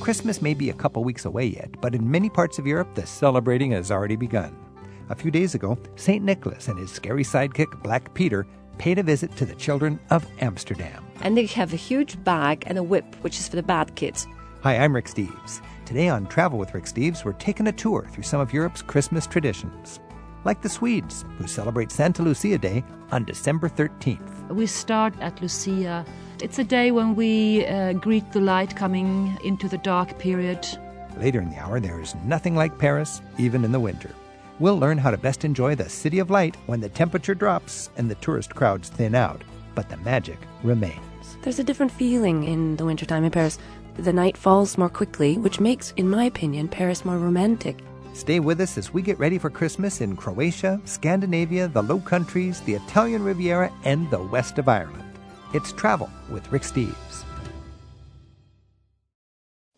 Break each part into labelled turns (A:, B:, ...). A: Christmas may be a couple weeks away yet, but in many parts of Europe, the celebrating has already begun. A few days ago, St. Nicholas and his scary sidekick, Black Peter, paid a visit to the children of Amsterdam.
B: And they have a huge bag and a whip, which is for the bad kids.
A: Hi, I'm Rick Steves. Today on Travel with Rick Steves, we're taking a tour through some of Europe's Christmas traditions, like the Swedes, who celebrate Santa Lucia Day on December 13th.
C: We start at Lucia. It's a day when we uh, greet the light coming into the dark period.
A: Later in the hour, there is nothing like Paris, even in the winter. We'll learn how to best enjoy the City of Light when the temperature drops and the tourist crowds thin out, but the magic remains.
D: There's a different feeling in the wintertime in Paris. The night falls more quickly, which makes, in my opinion, Paris more romantic.
A: Stay with us as we get ready for Christmas in Croatia, Scandinavia, the Low Countries, the Italian Riviera, and the west of Ireland. It's Travel with Rick Steves.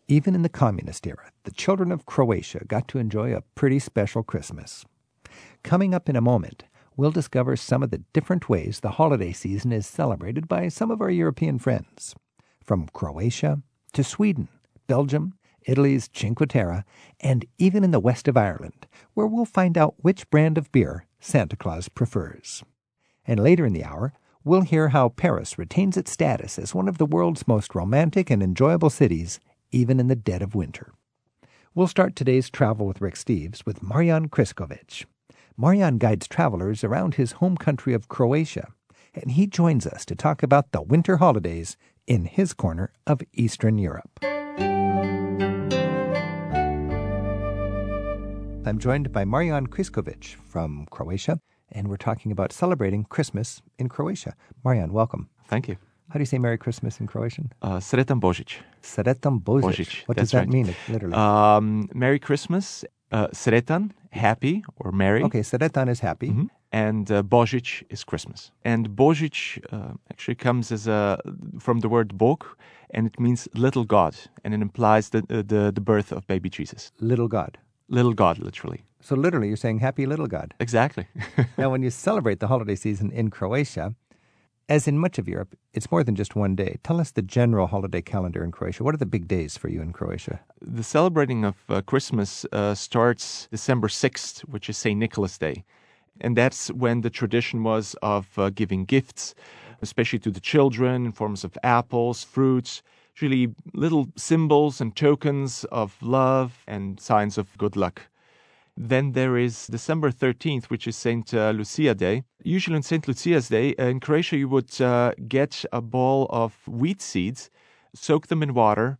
A: Even in the communist era, the children of Croatia got to enjoy a pretty special Christmas. Coming up in a moment, we'll discover some of the different ways the holiday season is celebrated by some of our European friends. From Croatia to Sweden, Belgium, Italy's Cinque Terre, and even in the west of Ireland, where we'll find out which brand of beer Santa Claus prefers. And later in the hour, we'll hear how Paris retains its status as one of the world's most romantic and enjoyable cities, even in the dead of winter. We'll start today's travel with Rick Steves with Marian Kriskovic. Marian guides travelers around his home country of Croatia, and he joins us to talk about the winter holidays in his corner of Eastern Europe. I'm joined by Marian Kriskovic from Croatia, and we're talking about celebrating Christmas in Croatia. Marian, welcome.
E: Thank you.
A: How do you say Merry Christmas in Croatian?
E: Uh, Sretan Božić.
A: Sretan Božić.
E: Božić,
A: What
E: that's
A: does that
E: right.
A: mean, literally?
E: Um, Merry Christmas. Uh, Sretan, happy or merry.
A: okay, Sretan is happy.
E: Mhm. And uh, Božić is Christmas. And Božić uh, actually comes as a from the word Bog, and it means little God, and it implies the uh, the, the birth of baby Jesus.
A: Little God.
E: Little God, literally.
A: So literally, you're saying happy little God.
E: Exactly.
A: now, when you celebrate the holiday season in Croatia, as in much of Europe, it's more than just one day. Tell us the general holiday calendar in Croatia. What are the big days for you in Croatia?
E: the celebrating of uh, Christmas uh, starts December 6th, which is St. Nicholas Day. And that's when the tradition was of uh, giving gifts, especially to the children, in forms of apples, fruits, really little symbols and tokens of love and signs of good luck. Then there is December 13th, which is St. uh, Lucia Day. Usually on St. Lucia's Day, uh, in Croatia, you would uh, get a ball of wheat seeds, soak them in water,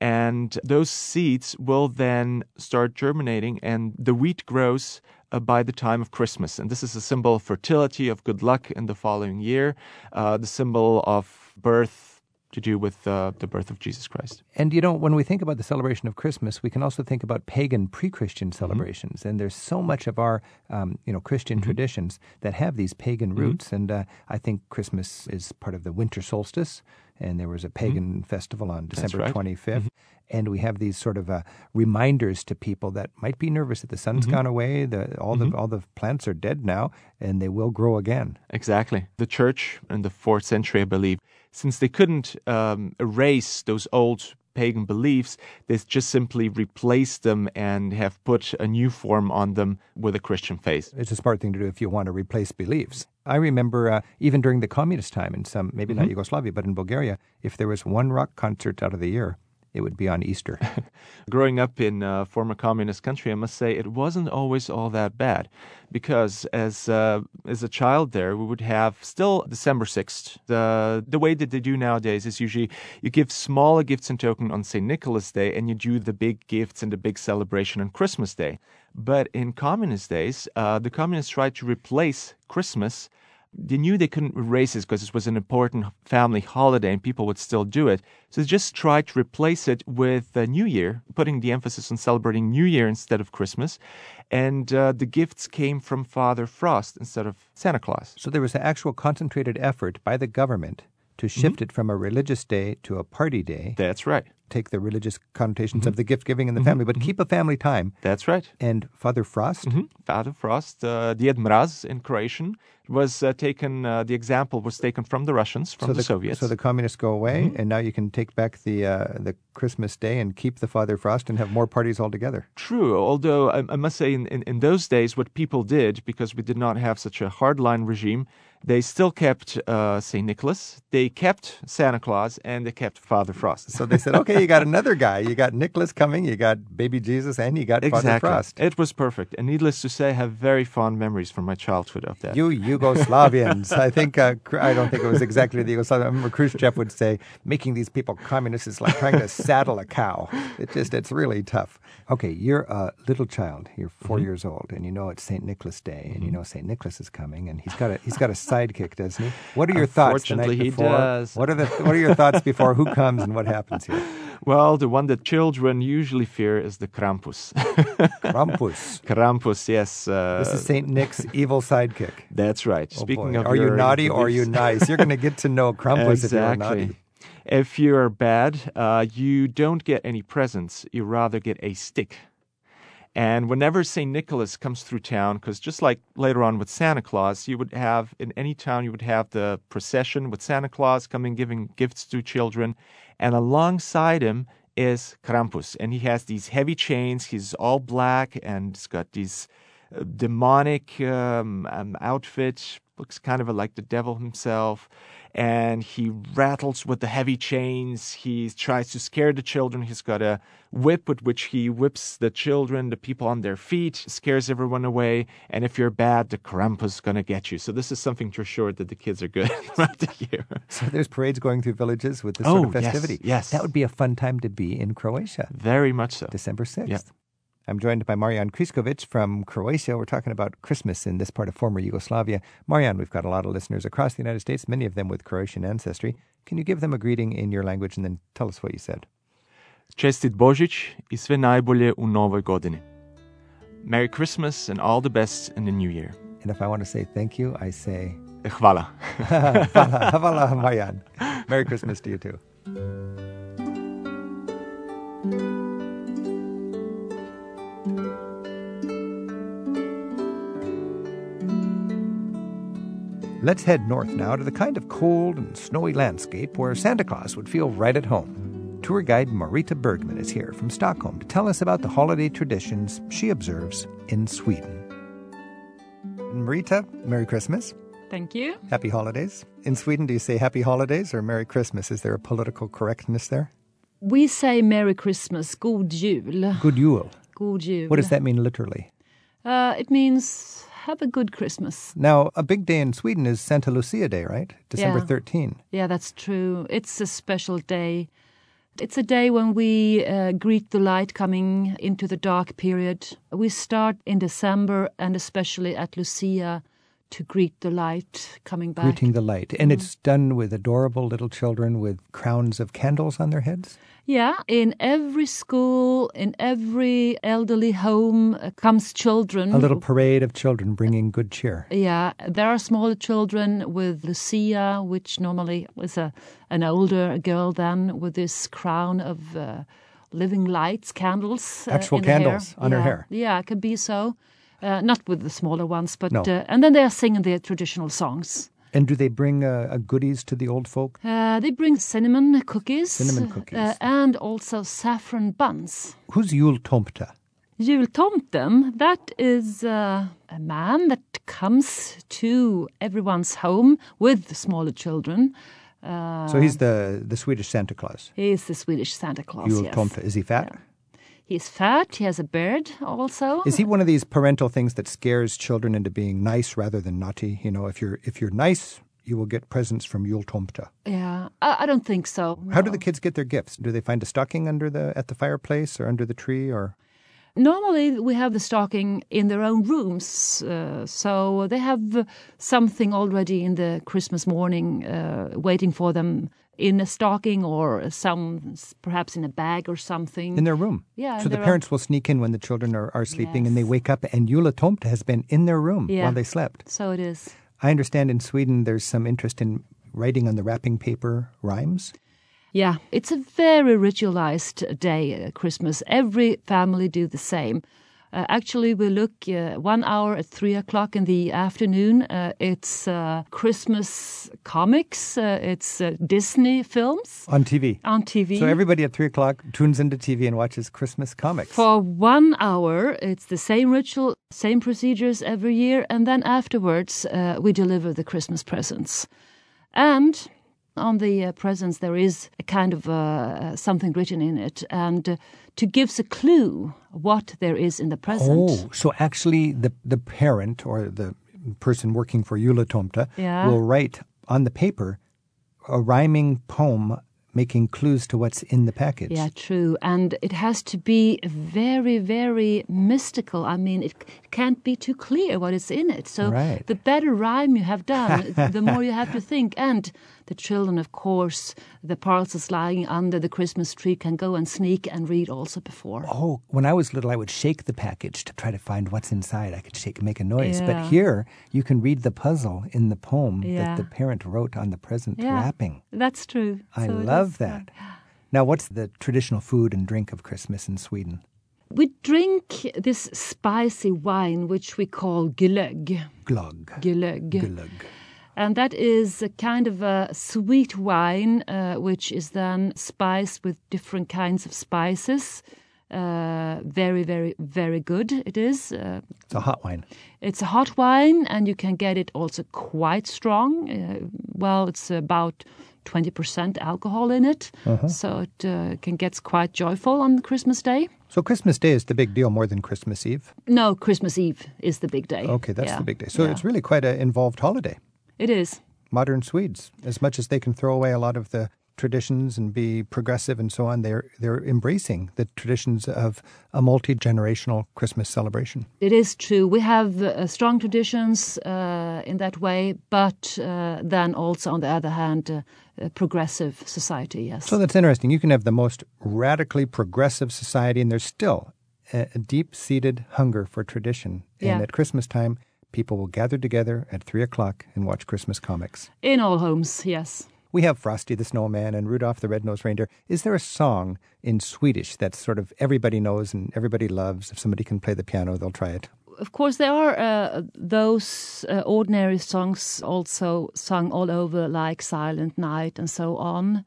E: and those seeds will then start germinating, and the wheat grows uh, by the time of Christmas. And this is a symbol of fertility, of good luck in the following year, uh, the symbol of birth to do with uh, the birth of Jesus Christ.
A: And you know, when we think about the celebration of Christmas, we can also think about pagan pre-Christian celebrations. And there's so much of our, um, you know, Christian traditions that have these pagan roots. And uh, I think Christmas is part of the winter solstice. And there was a pagan festival on December
E: right.
A: 25th. And we have these sort of uh, reminders to people that might be nervous that the sun's gone away, the, all the all the plants are dead now, and they will grow again.
E: Exactly. The church in the fourth century, I believe, since they couldn't um, erase those old pagan beliefs, they just simply replaced them and have put a new form on them with a Christian faith.
A: it's a smart thing to do if you want to replace beliefs. I remember uh, even during the communist time in some, maybe
E: Mm-hmm.
A: not Yugoslavia, but in Bulgaria, if there was one rock concert out of the year, it would be on Easter.
E: Growing up in a former communist country, I must say it wasn't always all that bad, because as uh, as a child there, we would have still December sixth. The the way that they do nowadays is usually you give smaller gifts and token on Saint Nicholas Day, and you do the big gifts and the big celebration on Christmas Day. But in communist days, uh, the communists tried to replace Christmas they knew they couldn't erase this because it was an important family holiday and people would still do it. So they just tried to replace it with uh, New Year, putting the emphasis on celebrating New Year instead of Christmas. And uh, the gifts came from Father Frost instead of Santa Claus.
A: so there was an actual concentrated effort by the government to shift it from a religious day to a party day
E: Mm-hmm. That's right. Mm-hmm.
A: take the religious connotations of the gift giving and the family, but keep a family time.
E: That's right.
A: And Father Frost,
E: Mhm. Father Frost, uh, Djed Mraz in Croatian, was uh, taken, uh, the example was taken from the Russians, from the, Soviets. Mm-hmm.
A: so the communists go away, and now you can take back the uh, the Christmas day and keep the Father Frost and have more parties altogether.
E: True, although I, I must say, in, in, in those days, what people did, because we did not have such a hardline regime, they still kept uh, St. Nicholas, they kept Santa Claus, and they kept Father Frost.
A: So they said, okay, you got another guy. You got Nicholas coming, you got baby Jesus, and you got Father Frost.
E: It was perfect. And needless to say, I have very fond memories from my childhood of that.
A: You Yugoslavians. I think uh, Kr- I don't think it was exactly the Yugoslavian. I remember Khrushchev would say, "Making these people communists is like trying to saddle a cow. It just it's really tough." Okay, you're a little child. You're 4
E: Mm-hmm.
A: years old, and you know it's Saint Nicholas Day, and you know Saint Nicholas is coming, and he's got a he's got a sidekick, doesn't he? What are your thoughts the night
E: Unfortunately, he
A: before?
E: does.
A: What are the what are your thoughts before who comes and what happens here?
E: well, the one that children usually fear is the Krampus.
A: Krampus.
E: Krampus, yes. Uh,
A: This is Saint Nick's evil sidekick.
E: that's right.
A: Oh,
E: Speaking
A: boy.
E: of,
A: are you
E: your
A: naughty or are you
E: beliefs-
A: nice? You're going to get to know Krampus if you're
E: exactly.
A: naughty.
E: If you're bad, uh, you don't get any presents. You rather get a stick. And whenever St. Nicholas comes through town, because just like later on with Santa Claus, you would have, in any town, you would have the procession with Santa Claus coming giving gifts to children. And alongside him is Krampus. And he has these heavy chains. He's all black and he's got these uh, demonic um, um, outfit. Looks kind of like the devil himself. And he rattles with the heavy chains. He tries to scare the children. He's got a whip with which he whips the children, the people on their feet, scares everyone away. And if you're bad, the Krampus is going to get you. So, this is something to assure that the kids are good throughout the year.
A: So there's parades going through villages with this sort of
E: Oh, yes,
A: festivity.
E: yes.
A: That would be a fun time to be in Croatia,
E: Very much so.
A: December 6th.
E: Yeah.
A: I'm joined by Marian Kriskovic from Croatia. We're talking about Christmas in this part of former Yugoslavia. Marian, we've got a lot of listeners across the United States, many of them with Croatian ancestry. Can you give them a greeting in your language and then tell us what you said?
E: Čestit Božić i sve najbolje u novoj godini. Merry Christmas and all the best in the new year.
A: And if I want to say thank you, I say,
E: Hvala.
A: Hvala, hvala, Marian. Merry Christmas to you too. Let's head north now to the kind of cold and snowy landscape where Santa Claus would feel right at home. Tour guide Marita Bergman is here from Stockholm to tell us about the holiday traditions she observes in Sweden. Marita, Merry Christmas.
C: Thank you.
A: Happy holidays. In Sweden, do you say happy holidays or Merry Christmas? Is there a political correctness there?
C: We say Merry Christmas, God Jul.
A: Good Yule.
C: God Jul.
A: What does that mean literally?
C: Uh, it means have a good Christmas.
A: Now, a big day in Sweden is Santa Lucia Day, right? December
C: Yeah.
A: 13.
C: Yeah, that's true. It's a special day. It's a day when we uh, greet the light coming into the dark period. We start in December and especially at Lucia to greet the light coming back. Mm-hmm.
A: Greeting the light. And it's done with adorable little children with crowns of candles on their heads.
C: Yeah, in every school, in every elderly home uh, comes children.
A: A little parade of children bringing good cheer.
C: Yeah, there are smaller children with Lucia, which normally is a an older girl than with this crown of uh, living lights, candles, uh,
A: Actual
C: in the hair.
A: candles on her
C: Yeah,
A: hair.
C: Yeah, it could be so. Uh, not with the smaller ones, but
A: No.
C: uh, and then they are singing their traditional songs.
A: And do they bring uh, uh, goodies to the old folk?
C: Uh, they bring cinnamon cookies,
A: Cinnamon cookies.
C: Uh, and also saffron buns.
A: Who's Yule Tomta?
C: Jultomten, that is uh, a man that comes to everyone's home with the smaller children. Uh,
A: So he's the, the Swedish Santa Claus.
C: he is the Swedish Santa Claus.
A: Yule
C: yes.
A: Tomta. Is he fat?
C: He's fat, he has a beard also.
A: Is he one of these parental things that scares children into being nice rather than naughty? You know, if you're if you're nice, you will get presents from Yule Tomta.
C: Yeah, I, I don't think so.
A: How do the kids get their gifts? Do they find a stocking under the at the fireplace or under the tree or
C: Normally, we have the stocking in their own rooms, uh, so they have something already in the Christmas morning uh, waiting for them in a stocking or some, perhaps in a bag or something.
A: in their room?
C: Mm. Yeah, in
A: So the
C: their
A: parents will sneak in when the children are, are sleeping and they wake up and Yule Tomta has been in their room
C: Yeah.
A: while they slept.
C: So it is.
A: I understand in Sweden there's some interest in writing on the wrapping paper rhymes.
C: Yeah, it's a very ritualized day, uh, Christmas. Every family do the same. Uh, actually, we look uh, one hour at three o'clock in the afternoon. Uh, it's uh, Christmas comics. Uh, it's uh, Disney films
A: on TV.
C: on TV.
A: So everybody at three o'clock tunes into TV and watches Christmas comics.
C: For one hour, it's the same ritual, same procedures every year, and then afterwards, uh, we deliver the Christmas presents. And on the uh, presents, there is a kind of uh, uh, something written in it, and uh, to gives a clue what there is in the present.
A: oh, so actually, the the parent or the person working for Eulatomta
C: Yeah.
A: will write on the paper a rhyming poem making clues to what's in the package.
C: Yeah, true. And it has to be very, very mystical. I mean, it c- can't be too clear what is in it. So
A: Right.
C: the better rhyme you have done, the more you have to think. And the children, of course, the parcels lying under the Christmas tree can go and sneak and read also before.
A: Oh, when I was little, I would shake the package to try to find what's inside. I could shake and make a noise. But
C: Yeah.
A: here, you can read the puzzle in the poem
C: Yeah.
A: that the parent wrote on the present
C: Yeah,
A: wrapping.
C: That's true.
A: I
C: So it
A: love
C: is, uh,
A: that. Now, what's the traditional food and drink of Christmas in Sweden?
C: We drink this spicy wine, which we call glögg.
A: Glögg.
C: Glögg.
A: Glögg.
C: And that is a kind of a sweet wine, uh, which is then spiced with different kinds of spices. Uh, very, very, very good it is. Uh,
A: It's a hot wine.
C: it's a hot wine, and you can get it also quite strong. Uh, well, it's about 20% alcohol in it,
A: Uh-huh.
C: so it uh, can get quite joyful on Christmas Day.
A: So Christmas Day is the big deal more than Christmas Eve.
C: No, Christmas Eve is the big day.
A: Okay, that's
C: Yeah,
A: the big day. So
C: yeah.
A: it's really quite an involved holiday.
C: it is.
A: Modern Swedes, as much as they can throw away a lot of the traditions and be progressive and so on, they're they're embracing the traditions of a multi-generational Christmas celebration.
C: It is true. We have uh, strong traditions uh, in that way, but uh, then also, on the other hand, uh, a progressive society, yes.
A: So that's interesting. You can have the most radically progressive society, and there's still a, a deep seated hunger for tradition. And
C: Yeah.
A: at Christmas time, people will gather together at three o'clock and watch Christmas comics.
C: in all homes, yes.
A: We have Frosty the Snowman and Rudolph the Red-Nosed Reindeer. Is there a song in Swedish that sort of everybody knows and everybody loves? If somebody can play the piano, they'll try it.
C: Of course, there are uh, those uh, ordinary songs also sung all over, like Silent Night and so on.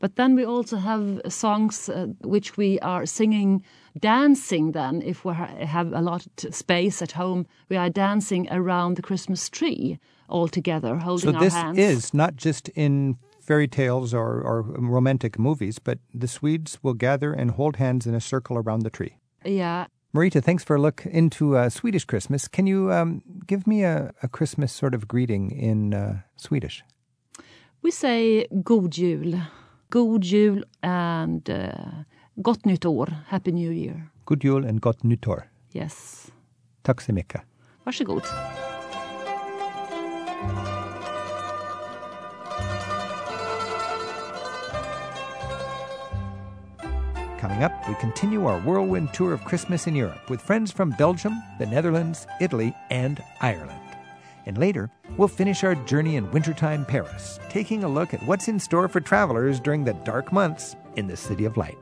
C: But then we also have songs uh, which we are singing, dancing. Then, if we ha- have a lot of space at home, we are dancing around the Christmas tree all together,
A: So
C: holding
A: this
C: our hands.
A: is not just in fairy tales or, or romantic movies, but the Swedes will gather and hold hands in a circle around the tree.
C: yeah.
A: Marita, thanks for a look into uh, Swedish Christmas. Can you um, give me a, a Christmas sort of greeting in uh, Swedish?
C: We say God Jul, God Jul, and uh, Gott Nytt År, Happy New Year.
A: God jul and gott nytt år.
C: Yes.
A: Tack så mycket.
C: Varsågod.
A: Coming up, we continue our whirlwind tour of Christmas in Europe with friends from Belgium, the Netherlands, Italy, and Ireland. And later, we'll finish our journey in wintertime Paris, taking a look at what's in store for travelers during the dark months in the City of Light.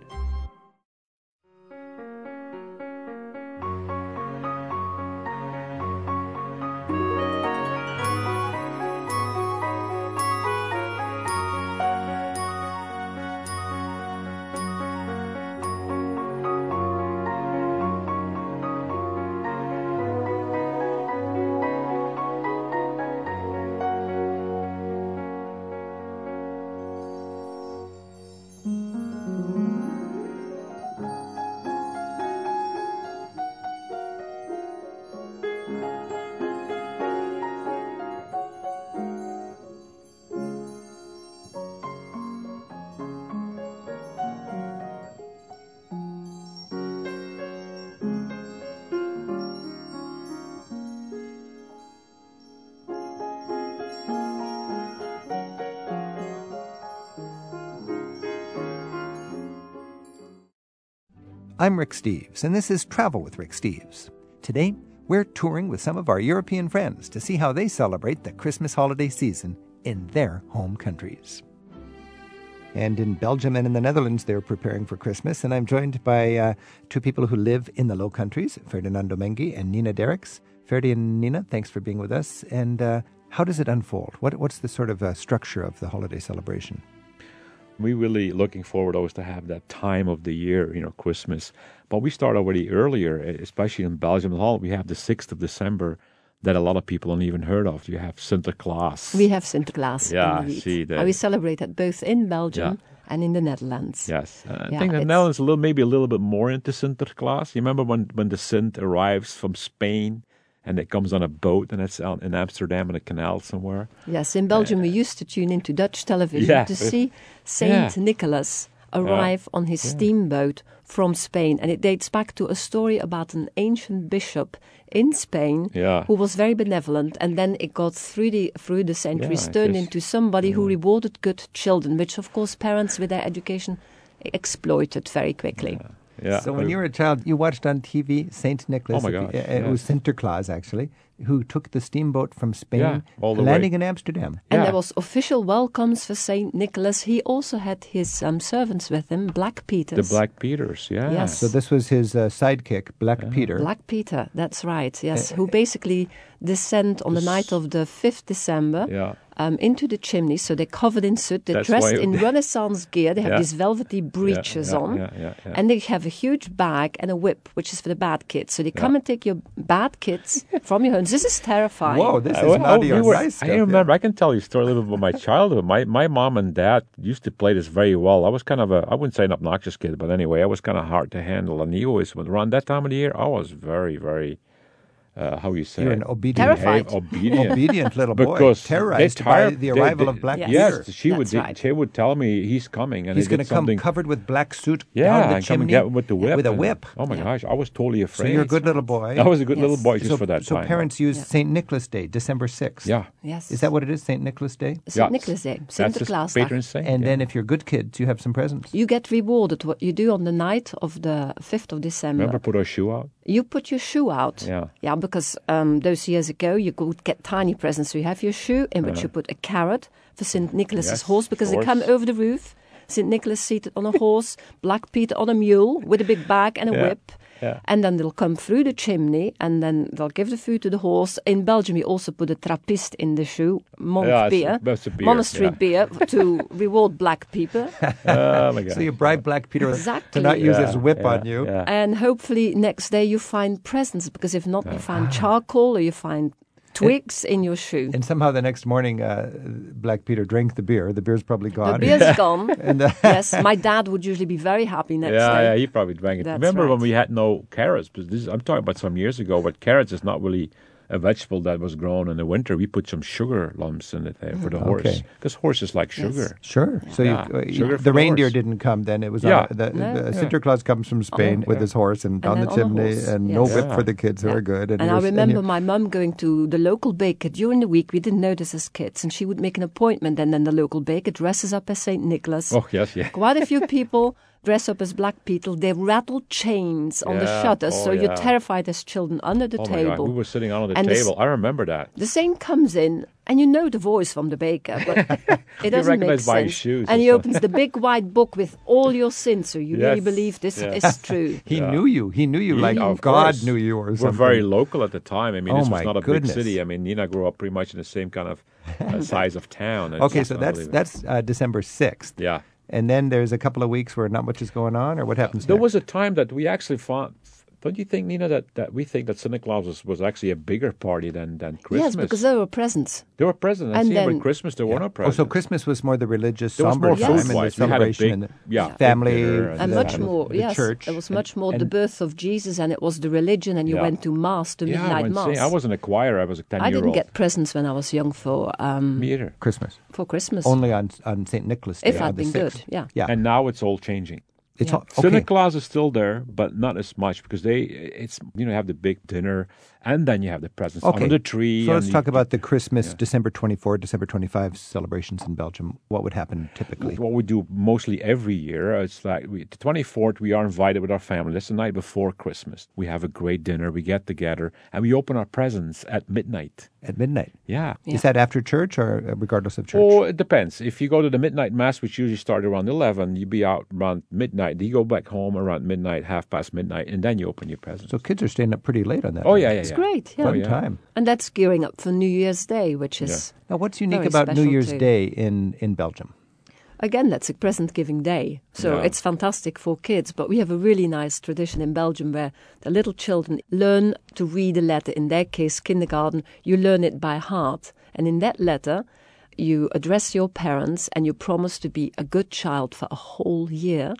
A: I'm Rick Steves, and this is Travel with Rick Steves. Today, we're touring with some of our European friends to see how they celebrate the Christmas holiday season in their home countries. And in Belgium and in the Netherlands, they're preparing for Christmas. And I'm joined by uh, two people who live in the Low Countries, Ferdinando Mengi and Nina Derricks. Ferdi and Nina, thanks for being with us. And uh, how does it unfold? What, what's the sort of uh, structure of the holiday celebration?
F: We're really looking forward always to have that time of the year, you know, Christmas. But we start already earlier, e, especially in Belgium and Holland. We have the 6th of December that a lot of people haven't even heard of. You have Sinterklaas.
G: We have Sinterklaas.
F: Yeah,
G: indeed.
F: see that.
G: And we celebrate that both in Belgium and in the Netherlands.
F: Yes, Uh, I
G: Yeah,
F: think the
G: it's-
F: Netherlands a little, maybe a little bit more into Sinterklaas. You remember when, when the Sint arrives from Spain and it comes on a boat and it's out in Amsterdam in a canal somewhere.
G: Yes, in Belgium we used to tune into Dutch television
F: Yeah.
G: to see Saint
F: Yeah.
G: Nicholas arrive on his steamboat from Spain, and it dates back to a story about an ancient bishop in Spain
F: Yeah.
G: who was very benevolent, and then it got through the through the centuries
F: it
G: turned
F: is-
G: into somebody who rewarded good children, which of course parents with their education exploited very quickly.
F: Yeah.
A: So when you were a child, you watched on TV Saint Nicholas.
F: Oh my
A: if you-
F: gosh,
A: uh, It was Sinterklaas actually, who took the steamboat from Spain,
F: Yeah, all the
A: landing
F: way.
A: in Amsterdam.
G: And
F: Yeah.
G: there was official welcomes for Saint Nicholas. He also had his um, servants with him, Black
F: the
G: Peters.
F: Black Peters, yeah.
G: Yes.
A: So this was his uh, sidekick, Black Peter.
G: Black Peter, that's right,
F: Eh,
G: yes, who basically descend on the night of the 5th December
F: Yeah.
G: um, into the chimney. So they're covered in soot, they're
F: That's
G: dressed
F: why-
G: in Renaissance gear, they have
F: Yeah.
G: these velvety breeches
F: yeah,
G: on,
F: yeah, yeah, yeah.
G: and they have a huge bag and a whip, which is for the bad kids. So they come and take your bad kids from your homes. This is terrifying.
A: Whoa, this is
F: Uh, well,
A: naughty
F: we
A: or
F: were-
A: nice stuff.
F: I remember. I can tell you a story a little bit about my childhood. My my mom and dad used to play this very well. I was kind of a I wouldn't say an obnoxious kid, but anyway, I was kind of hard to handle. And he always would around that time of the year. I was very very uh, how you say
A: You're
F: it?
A: an obedient,
G: Terrified.
F: Behave- obedient.
A: obedient little boy,
F: Because they
A: terrorized by
F: tired-
A: the
F: they-
A: arrival
F: they-
A: of Black
G: Yes.
A: Peter.
F: Yes, she would.
G: That's right.
F: She would tell me he's coming, and
A: He's
F: going
A: going
F: to
A: to come
F: something.
A: covered with black suit
F: yeah,
A: down the
F: and come
A: chimney
F: and get with the whip.
A: with a
F: and-
A: whip.
F: oh my gosh, I was totally
A: So
F: afraid.
A: you're a good little boy.
F: I was a good little
G: Yes.
F: boy just
A: so,
F: for that
A: so
F: time.
A: parents use Saint Nicholas Day, December sixth.
F: Yeah.
G: Yes.
A: Is that what it is, Saint Nicholas Day?
G: St.
F: Yeah.
G: Nicholas Day,
F: That's just
G: Sinterklaasdag.
F: patron saint.
A: And
F: yeah.
A: then if you're good kids, you have some presents.
G: You get rewarded what you do on the night of the 5th of December.
F: remember, put our shoe out.
G: You put your shoe out.
F: Yeah.
G: Yeah, because um, those years ago, you could get tiny presents. So you have your shoe in which you put a carrot for St. Nicholas's
F: Yes,
G: horse because they come
F: horse.
G: over the roof. St. Nicholas seated on a horse, Black Peter on a mule with a big bag and a whip.
F: yeah.
G: And then they'll come through the chimney and then they'll give the food to the horse. In Belgium, we also put a Trappist in the shoe, monk
F: Yeah, it's-
G: beer,
F: that's a beer,
G: monastery
F: yeah.
G: beer to reward black people.
F: Oh my god.
A: So you bribe Black Peter to
G: Exactly.
A: not use his
F: Yeah,
A: whip
F: yeah,
A: on you.
F: yeah.
G: And hopefully next day you find presents because if not, you find charcoal or you find twigs in your shoe.
A: And somehow the next morning, uh, Black Peter drank the beer. The beer's probably
G: The
A: gone.
G: beer's gone.
A: And, uh,
G: yes, my dad would usually be very happy next
F: Yeah,
G: day.
F: yeah, he probably drank it.
G: That's
F: Remember when
G: right.
F: we had no carrots? But this is, I'm talking about some years ago. But carrots is not really a vegetable that was grown in the winter. We put some sugar lumps in it uh, for the
G: Mm-hmm.
F: horse
A: Okay.
F: because horses like sugar.
A: Sure. So
F: Yeah.
A: you, uh, you-
F: Sugar for
A: the
F: the
A: reindeer
F: horse.
A: didn't come then. It was
F: Yeah.
A: on a, the,
G: No.
A: the Santa Claus comes from Spain with his horse and, down
G: then
A: the
G: on a
A: chimney
G: horse,
A: and no
G: yes.
A: whip
F: Yeah.
A: for the kids who are good.
G: And I
A: you're-
G: remember
A: you're-
G: my mum going to the local baker during the week. We didn't know this as kids, and she would make an appointment, and then the local baker dresses up as Saint Nicholas.
F: Oh yes, yeah.
G: Quite a few people dress up as black people. They rattle chains on the
F: Yeah,
G: shutters,
F: oh,
G: so you're
F: yeah.
G: terrified as children under the
F: Oh my
G: table.
F: god, we were sitting under the
G: And this-
F: table. I remember that.
G: The saint comes in, and you know the voice from the baker, but it doesn't make
F: recognize
G: sense.
F: by his shoes
G: and
F: or
G: he
F: something.
G: opens the big white book with all your sins, so you really
F: Yes,
G: believe this
F: yeah.
G: is true.
A: He knew you. He knew you like oh,
F: Yeah, of
A: God
F: course.
A: knew you or
F: We're
A: something.
F: very local at the time. I mean,
A: Oh
F: this
A: my
F: was not a
A: goodness.
F: big city. I mean, Nina grew up pretty much in the same kind of uh, size of town. It's
A: Okay,
F: just
A: so that's
F: unbelievable.
A: that's uh, December sixth.
F: Yeah.
A: And then there's a couple of weeks where not much is going on, or what happens?
F: There
A: next?
F: was a time that we actually found. Don't you think, Nina, that, that we think that Santa Claus was, was actually a bigger party than, than Christmas?
G: Yes, because there were presents.
F: There were presents.
G: And
F: And then,
G: then-
F: with Christmas, there were no
A: Oh,
F: presents.
A: so Christmas was more the religious,
F: There was
A: somber
F: more
A: time and the
F: food-wise. We had a
A: celebration
F: big-
A: and the
F: yeah, big
A: family,
F: dinner and
G: And
F: Yeah,
G: much
F: and
G: more,
A: the
G: yes,
A: church.
G: it was much more the
A: and-
G: birth of Jesus, and it was the religion, and you
F: Yeah.
G: went to mass, to
F: yeah, I,
G: midnight
F: went
G: mass.
F: singing. I was in a choir. I was a 10
G: I
F: year
G: didn't
F: old.
G: get presents when I was young for um,
F: me either.
A: Christmas
G: for Christmas.
A: only on on St. Nicholas Day.
G: If
A: on
G: I'd
A: the
G: been
A: 6th.
G: good, yeah.
A: yeah.
F: And now it's all changing.
A: It's
G: Yeah.
A: all, okay.
F: Santa Claus is still there, but not as much because they it's you know you have the big dinner and then you have the presents
A: Okay.
F: under the tree.
A: So let's
F: and
A: talk
F: you-
A: about the Christmas, December 24, December 25 celebrations in Belgium. What would happen typically?
F: what we do mostly every year. uh, It's like we, the 24th, we are invited with our family. That's the night before Christmas. We have a great dinner. We get together and we open our presents at midnight.
A: At midnight.
F: Yeah.
A: Is that after church or uh, regardless of church?
F: Or it depends. If you go to the midnight mass, which usually started around 11, you be out around midnight. You go back home around midnight, half past midnight, and then you open your presents.
A: So kids are staying up pretty late on that.
F: oh,
A: night.
F: yeah, yeah,
G: It's
F: yeah.
G: great, yeah.
A: Fun
F: yeah.
A: time.
G: And that's gearing up for New Year's Day, which is,
A: Now, what's unique
G: Very
A: about New
G: special
A: Year's
G: too.
A: Day in, in Belgium?
G: again, that's a present giving day. So
F: Yeah.
G: it's fantastic for kids. But we have a really nice tradition in Belgium where the little children learn to read a letter. In their case, kindergarten, you learn it by heart. And in that letter, you address your parents and you promise to be a good child for a whole year.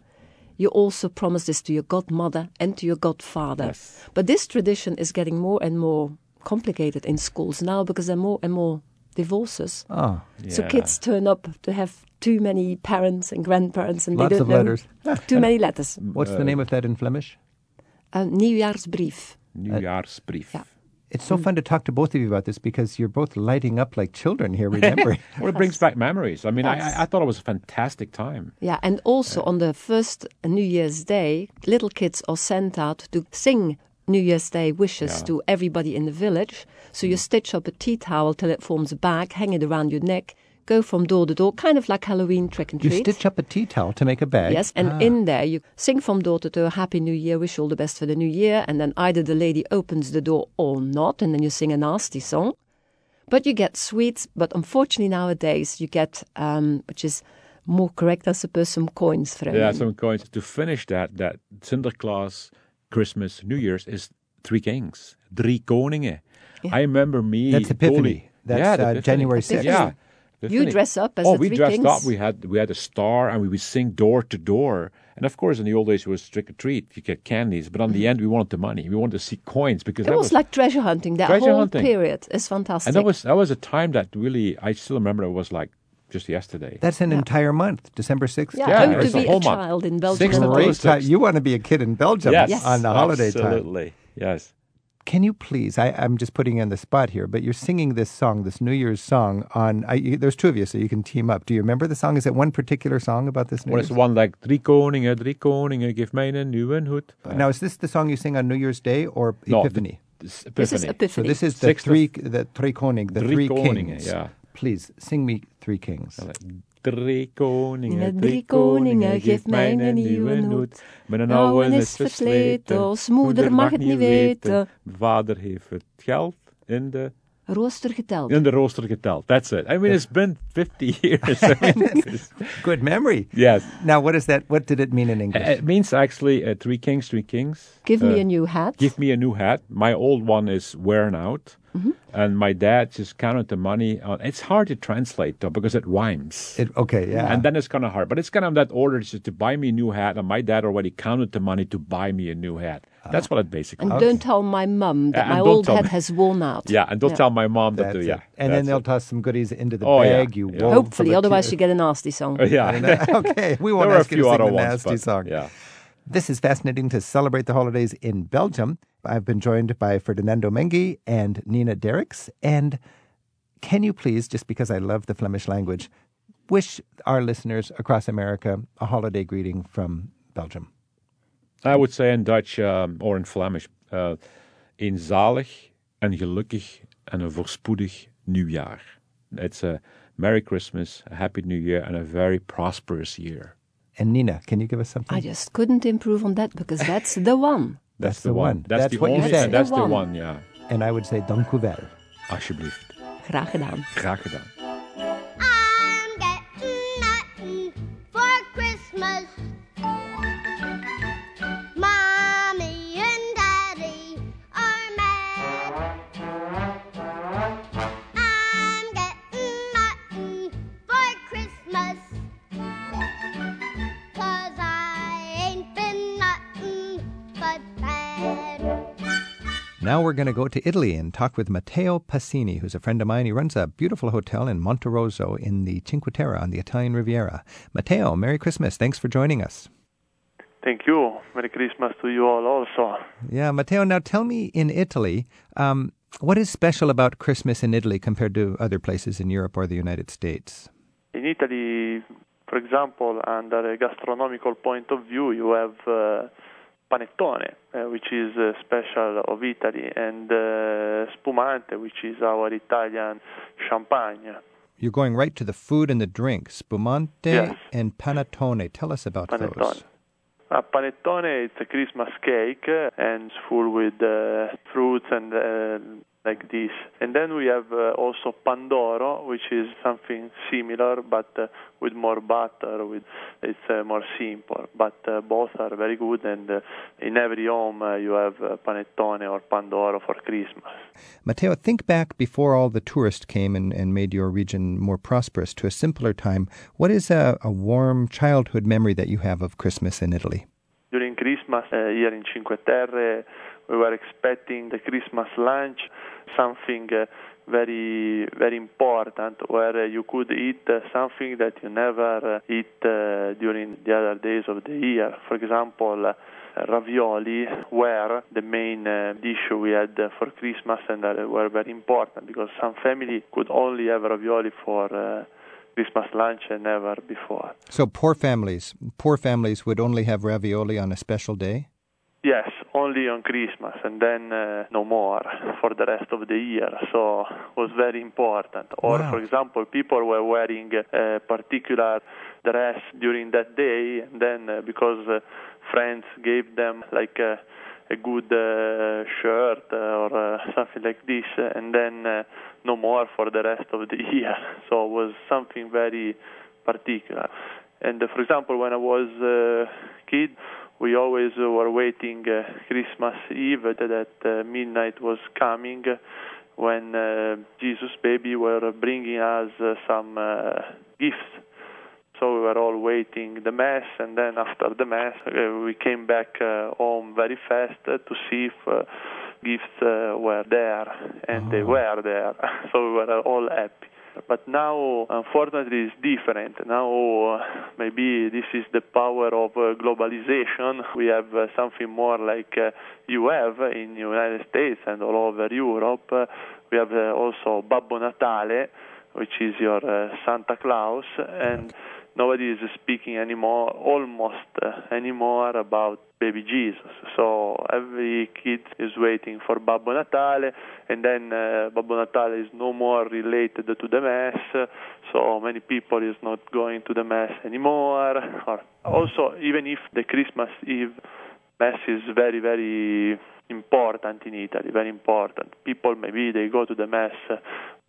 G: You also promise this to your godmother and to your godfather. But this tradition is getting more and more complicated in schools now because there are more and more divorces.
A: Oh,
G: So
F: Yeah.
G: kids turn up to have too many parents and grandparents, and
A: Lots
G: they
A: of
G: don't know
A: letters.
G: too many letters.
A: what's
F: Uh,
A: the name of that in Flemish? Uh,
G: A Nieuwjaarsbrief.
F: New Year's brief.
G: yeah. Mm.
A: It's so fun to talk to both of you about this because you're both lighting up like children here remembering.
F: Well, it brings back memories. I mean, I,
G: Yes.
F: I- I thought it was a fantastic time.
G: Yeah, and also on the first New Year's Day, little kids are sent out to sing New Year's Day wishes
F: Yeah.
G: to everybody in the village. So you stitch up a tea towel till it forms a bag, hang it around your neck, go from door to door, kind of like Halloween trick and
A: you
G: treat.
A: stitch up a tea towel to make a bag. Ah.
G: Yes, and
F: Ah.
G: in there you sing from door to door, Happy New Year, wish you all the best for the new year, and then either the lady opens the door or not, and then you sing a nasty song. But you get sweets, but unfortunately nowadays you get, um, which is more correct, I suppose, some coins from
F: Yeah, so I'm going to, to finish that. That Santa Claus, Christmas, New Year's is three kings, drie koningen. I remember me.
A: That's Epiphany.
F: Goldie-
A: That's,
F: yeah, the
A: uh,
F: Epiphany.
A: January 6th.
F: Yeah.
G: You dress up as
F: oh,
G: the
F: we
G: three
F: dressed up.
G: kings.
F: We had we had a star, and we would sing door to door. And of course, in the old days, it was trick or treat. You get candies, but on the end, we wanted the money. We wanted to see coins because
G: It
F: that
G: Mm-hmm. was,
F: was
G: like treasure hunting. That
F: Treasure
G: whole
F: hunting.
G: period is fantastic.
F: And that was that was a time that really I still remember. It was like just yesterday.
A: That's an entire month, December 6th.
G: yeah,
F: yeah,
G: I hope
F: it's
G: to
F: a
G: be a,
F: whole month.
G: child in Belgium.
F: Six
G: at
F: to
G: all.
A: Great
F: Six.
A: time. You want to be a kid in Belgium
F: yes,
A: on the holiday time.
F: absolutely. Yes.
A: Can you please? I, I'm just putting you on the spot here, but you're singing this song, this New Year's song. On I, you, there's two of you, so you can team up. Do you remember the song? Is it one particular song about this New
F: Well, it's
A: Year's?
F: the one like drie koningen, drie koningen, give mij een nieuwe hoed.
A: Now, is this the song you sing on New Year's Day or
F: No,
A: Epiphany?
F: This
G: This is
A: so
G: Epiphany.
A: this is the
F: Sixth of-
A: three, the three koning, the three,
F: Drie koningen,
A: kings.
F: yeah.
A: Please sing me three kings.
F: Drie koningen,
G: Drie koningen, geef mij een nieuwe hoed.
F: Mijn
G: Nou,
F: oude
G: en
F: is
G: is
F: versleten,
G: versleten, s moeder mag het niet weten.
F: Mijn vader heeft het geld in de,
G: Rooster geteld.
F: in de rooster geteld. That's it. I mean, it's been 50 years. I mean, it is-
A: Good memory.
F: yes.
A: Now, what is that? What did it mean in English?
F: Uh, It means actually uh, three kings, three kings.
G: Give
F: Uh,
G: me a new hat.
F: give me a new hat. My old one is wearing out,
G: Mm-hmm.
F: and my dad just counted the money. On, it's hard to translate though because it rhymes.
A: It- okay, yeah.
F: and then it's kind of hard, but it's kind of that order it's just to buy me a new hat, and my dad already counted the money to buy me a new hat.
A: Ah.
F: That's what it basically.
G: And
F: means.
G: don't tell my mum that
F: Ah. And
G: my
F: don't
G: old
F: tell
G: hat
F: me.
G: has worn out.
F: yeah, and don't tell my mom that.
A: That's
F: too,
A: it.
F: yeah,
A: and then
F: that's
A: they'll
F: it.
A: toss some goodies into the
F: Oh, yeah,
A: bag. You
F: yeah.
A: won't.
G: Hopefully, otherwise you get a nasty song.
F: Uh, yeah.
A: okay, we
F: There
A: won't
F: were a
A: ask you to
F: few
A: sing
F: other
A: the
F: ones,
A: nasty
F: but
A: song.
F: yeah.
A: This is fascinating to celebrate the holidays in Belgium. I've been joined by Ferdinando Mengi and Nina Derricks. And can you please, just because I love the Flemish language, wish our listeners across America a holiday greeting from Belgium?
F: I would say in Dutch um, or in Flemish, uh, een zalig en gelukkig en een voorspoedig nieuwjaar. It's a Merry Christmas, a Happy New Year, and a very prosperous year.
A: And Nina, can you give us something?
G: I just couldn't improve on that because that's the one.
A: That's the one.
F: That's,
A: That's
F: the
A: what you
F: only,
A: said.
F: and That's
G: That's
F: the
G: the
F: one, yeah.
A: and I would say, Dank u wel.
F: Alsjeblieft.
G: Graag gedaan.
F: Graag gedaan.
H: I'm getting nothing for Christmas. Mommy and Daddy are mad. I'm getting nothing for Christmas. Cause I ain't been nothing but bad.
A: Now we're going to go to Italy and talk with Matteo Passini, who's a friend of mine. He runs a beautiful hotel in Monterosso in the Cinque Terre on the Italian Riviera. Matteo, Merry Christmas. Thanks for joining us.
I: Thank you. Merry Christmas to you all also.
A: Yeah, Matteo, now tell me in Italy, um, what is special about Christmas in Italy compared to other places in Europe or the United States?
I: In Italy, for example, under a gastronomical point of view, you have uh, panettone, uh, which is uh, special of Italy, and uh, spumante, which is our Italian champagne.
A: You're going right to the food and the drink, spumante
I: Yes.
A: and panettone. Tell us about
I: Panettone.
A: those.
I: A panettone it's a Christmas cake uh, and it's full with uh, fruits and uh, like this. And then we have uh, also pandoro, which is something similar but uh, with more butter. With it's uh, more simple, but uh, both are very good. And uh, in every home uh, you have uh, panettone or pandoro for Christmas.
A: Matteo, think back before all the tourists came and, and made your region more prosperous to a simpler time. What is a, a warm childhood memory that you have of Christmas in Italy?
I: During Christmas uh, here in Cinque Terre, we were expecting the Christmas lunch, something uh, very very important, where uh, you could eat uh, something that you never uh, eat uh, during the other days of the year. For example. Uh, Ravioli were the main uh, dish we had uh, for Christmas and that were very important because some family could only have ravioli for uh, Christmas lunch and never before.
A: So poor families, poor families would only have ravioli on a special day?
I: Yes, only on Christmas and then uh, no more for the rest of the year. So was very important. Or
A: Wow.
I: for example, people were wearing a particular dress during that day and then uh, because uh, friends gave them like a, a good uh, shirt uh, or uh, something like this uh, and then uh, no more for the rest of the year. So was something very particular. And uh, for example, when I was uh, kid, we always uh, were waiting uh, Christmas Eve uh, that uh, midnight was coming uh, when uh, Jesus baby were bringing us uh, some uh, gifts. So we were all waiting the mass, and then after the mass, uh, we came back uh, home very fast uh, to see if uh, gifts uh, were there, and they were there. so we were all happy. But now, unfortunately, it's different. Now, uh, maybe this is the power of uh, globalization. We have uh, something more like uh, you have in the United States and all over Europe. Uh, we have uh, also Babbo Natale, which is your uh, Santa Claus, and nobody is speaking anymore, almost uh, anymore about baby Jesus. So every kid is waiting for Babbo Natale, and then uh, Babbo Natale is no more related to the mass. So many people is not going to the mass anymore. Or also, even if the Christmas Eve mass is very very important in Italy, very important. People maybe they go to the mass uh,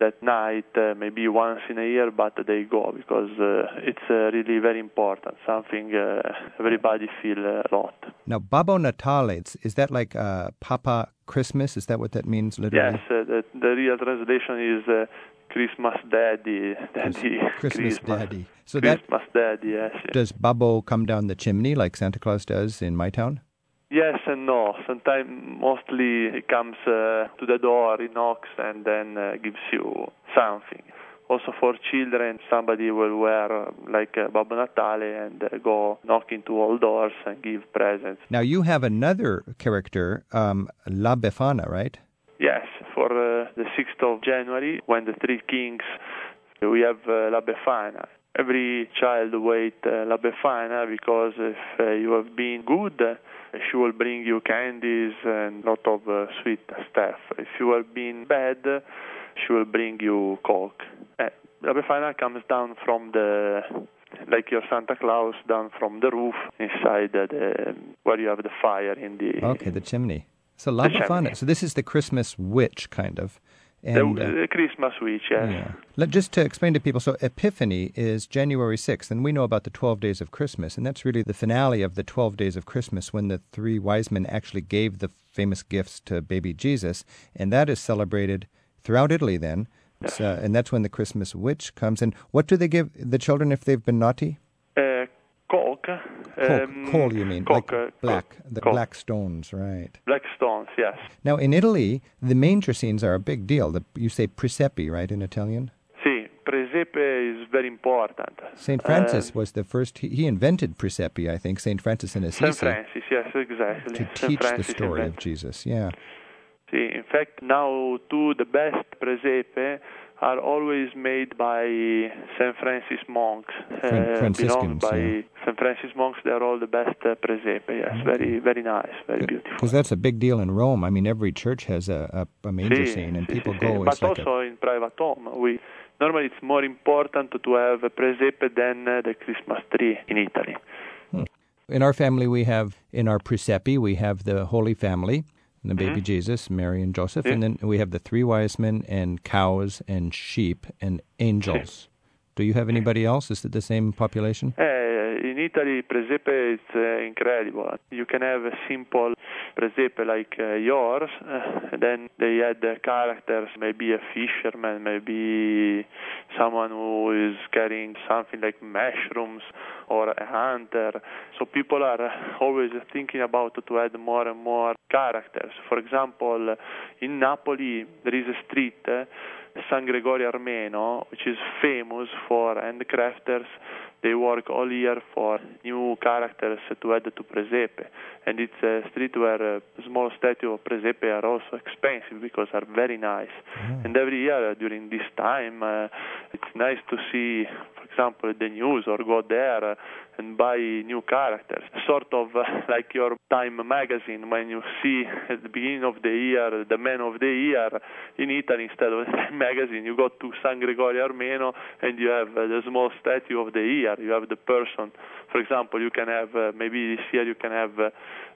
I: that night, uh, maybe once in a year, but they go because uh, it's uh, really very important. Something uh, everybody feel a lot.
A: Now, Babbo Natale, it's, is that like uh, Papa Christmas? Is that what that means literally?
I: Yes, uh, the, the real translation is uh, Christmas Daddy, Daddy,
A: Christmas Daddy. So that-
I: Christmas Daddy, yes. yes.
A: Does Babbo come down the chimney like Santa Claus does in my town?
I: Yes and no. Sometimes, mostly, he comes uh, to the door, he knocks, and then uh, gives you something. Also, for children, somebody will wear uh, like uh, Babbo Natale and uh, go knocking to all doors and give presents.
A: Now, you have another character, um, La Befana, right?
I: Yes, for uh, the 6th of January, when the three kings, we have uh, La Befana. Every child wait uh, La Befana because if uh, you have been good, uh, she will bring you candies and lot of uh, sweet stuff. If you have been bad, uh, she will bring you coke. Uh, La Befana comes down from the like your Santa Claus down from the roof inside the, the where you have the fire in the
A: Okay, the chimney. So La
I: The chimney.
A: Befana. So this is the Christmas witch, kind of. And,
I: the,
A: uh,
I: the Christmas witch. Yes.
A: Yeah. Let, just to explain to people, so Epiphany is January 6th, and we know about the 12 days of Christmas, and that's really the finale of the 12 days of Christmas when the three wise men actually gave the famous gifts to baby Jesus, and that is celebrated throughout Italy then. It's, uh, and that's when the Christmas witch comes. And what do they give the children if they've been naughty?
I: Uh, coke.
A: Coal,
I: um,
A: coal you mean?
I: Coke. uh,
A: like black,
I: coke,
A: the
I: coke.
A: black stones, right.
I: Black stones, yes.
A: Now, in Italy, the manger scenes are a big deal. The, you say presepe, right, in Italian?
I: Sì, presepe Giuseppe is very important. Eh,
J: St. Francis was the first, he, he invented Presepe, I think, St. Francis in Assisi,
I: Saint Francis, yes, exactly.
J: to
I: Saint
J: teach the
I: Francis
J: story of
I: invented-
J: Jesus. Yeah.
I: See, in fact, now too the best presepe are always made by St. Francis monks.
J: Fran-
I: belonged
J: Franciscans,
I: by
J: yeah. Mm.
I: St. Francis monks, they are all the best uh, presepe. Yes, very, very nice, very beautiful.
J: Because that's a big deal in Rome. I mean, every church has a, a, a manger
I: See,
J: scene, and
I: see,
J: people
I: see,
J: go.
I: But
J: It's like a-
I: also in private home, we normally it's more important to have a presepe than uh, the Christmas tree in Italy.
J: in our family, we have in our Presepe, we have the Holy Family, and the baby Jesus, Mary and Joseph, and then we have the three wise men, and cows, and sheep, and angels. Do you have anybody else? Is it the same population?
I: Eh, in Italy, presepe is uh, incredible. You can have a simple presepe like uh, yours, uh, then they add the characters, maybe a fisherman, maybe someone who is carrying something like mushrooms or a hunter. So people are uh, always thinking about to add more and more characters. For example, in Napoli, there is a street. uh, San Gregorio Armeno, which is famous for handcrafters. They work all year for new characters to add to Presepe. And it's a street where uh, small statues of Presepe are also expensive because are very nice. And every year uh, during this time, uh, it's nice to see, for example, the news or go there uh, and buy new characters. Sort of uh, like your Time magazine when you see at the beginning of the year the man of the year in Italy instead of Time magazine, you go to San Gregorio Armeno and you have uh, the small statue of the year. You have the person. For example, you can have uh, maybe this year you can have uh,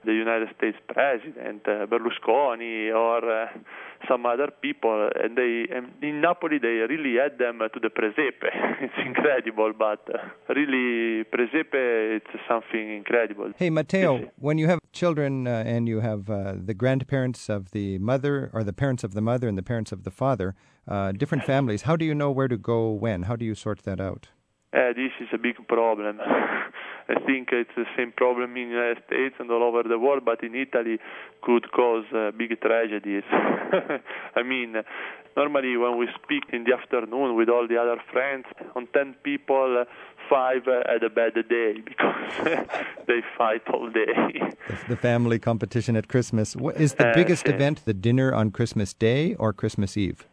I: the United States President uh, Berlusconi or uh, some other people. And they and in Napoli they really add them to the presepe. it's incredible, but uh, really presepe it's something incredible.
J: Hey, Matteo, when you have children uh, and you have uh, the grandparents of the mother, or the parents of the mother and the parents of the father, uh, different families, how do you know where to go when? How do you sort that out?
I: Uh, this is a big problem. I think it's the same problem in the United States and all over the world, but in Italy could cause uh, big tragedies. I mean, normally when we speak in the afternoon with all the other friends, on 10 people, uh, five uh, had a bad day because they fight all day.
J: The, the family competition at Christmas. Wha- Is the
I: Uh,
J: biggest
I: okay.
J: event the dinner on Christmas Day or Christmas Eve?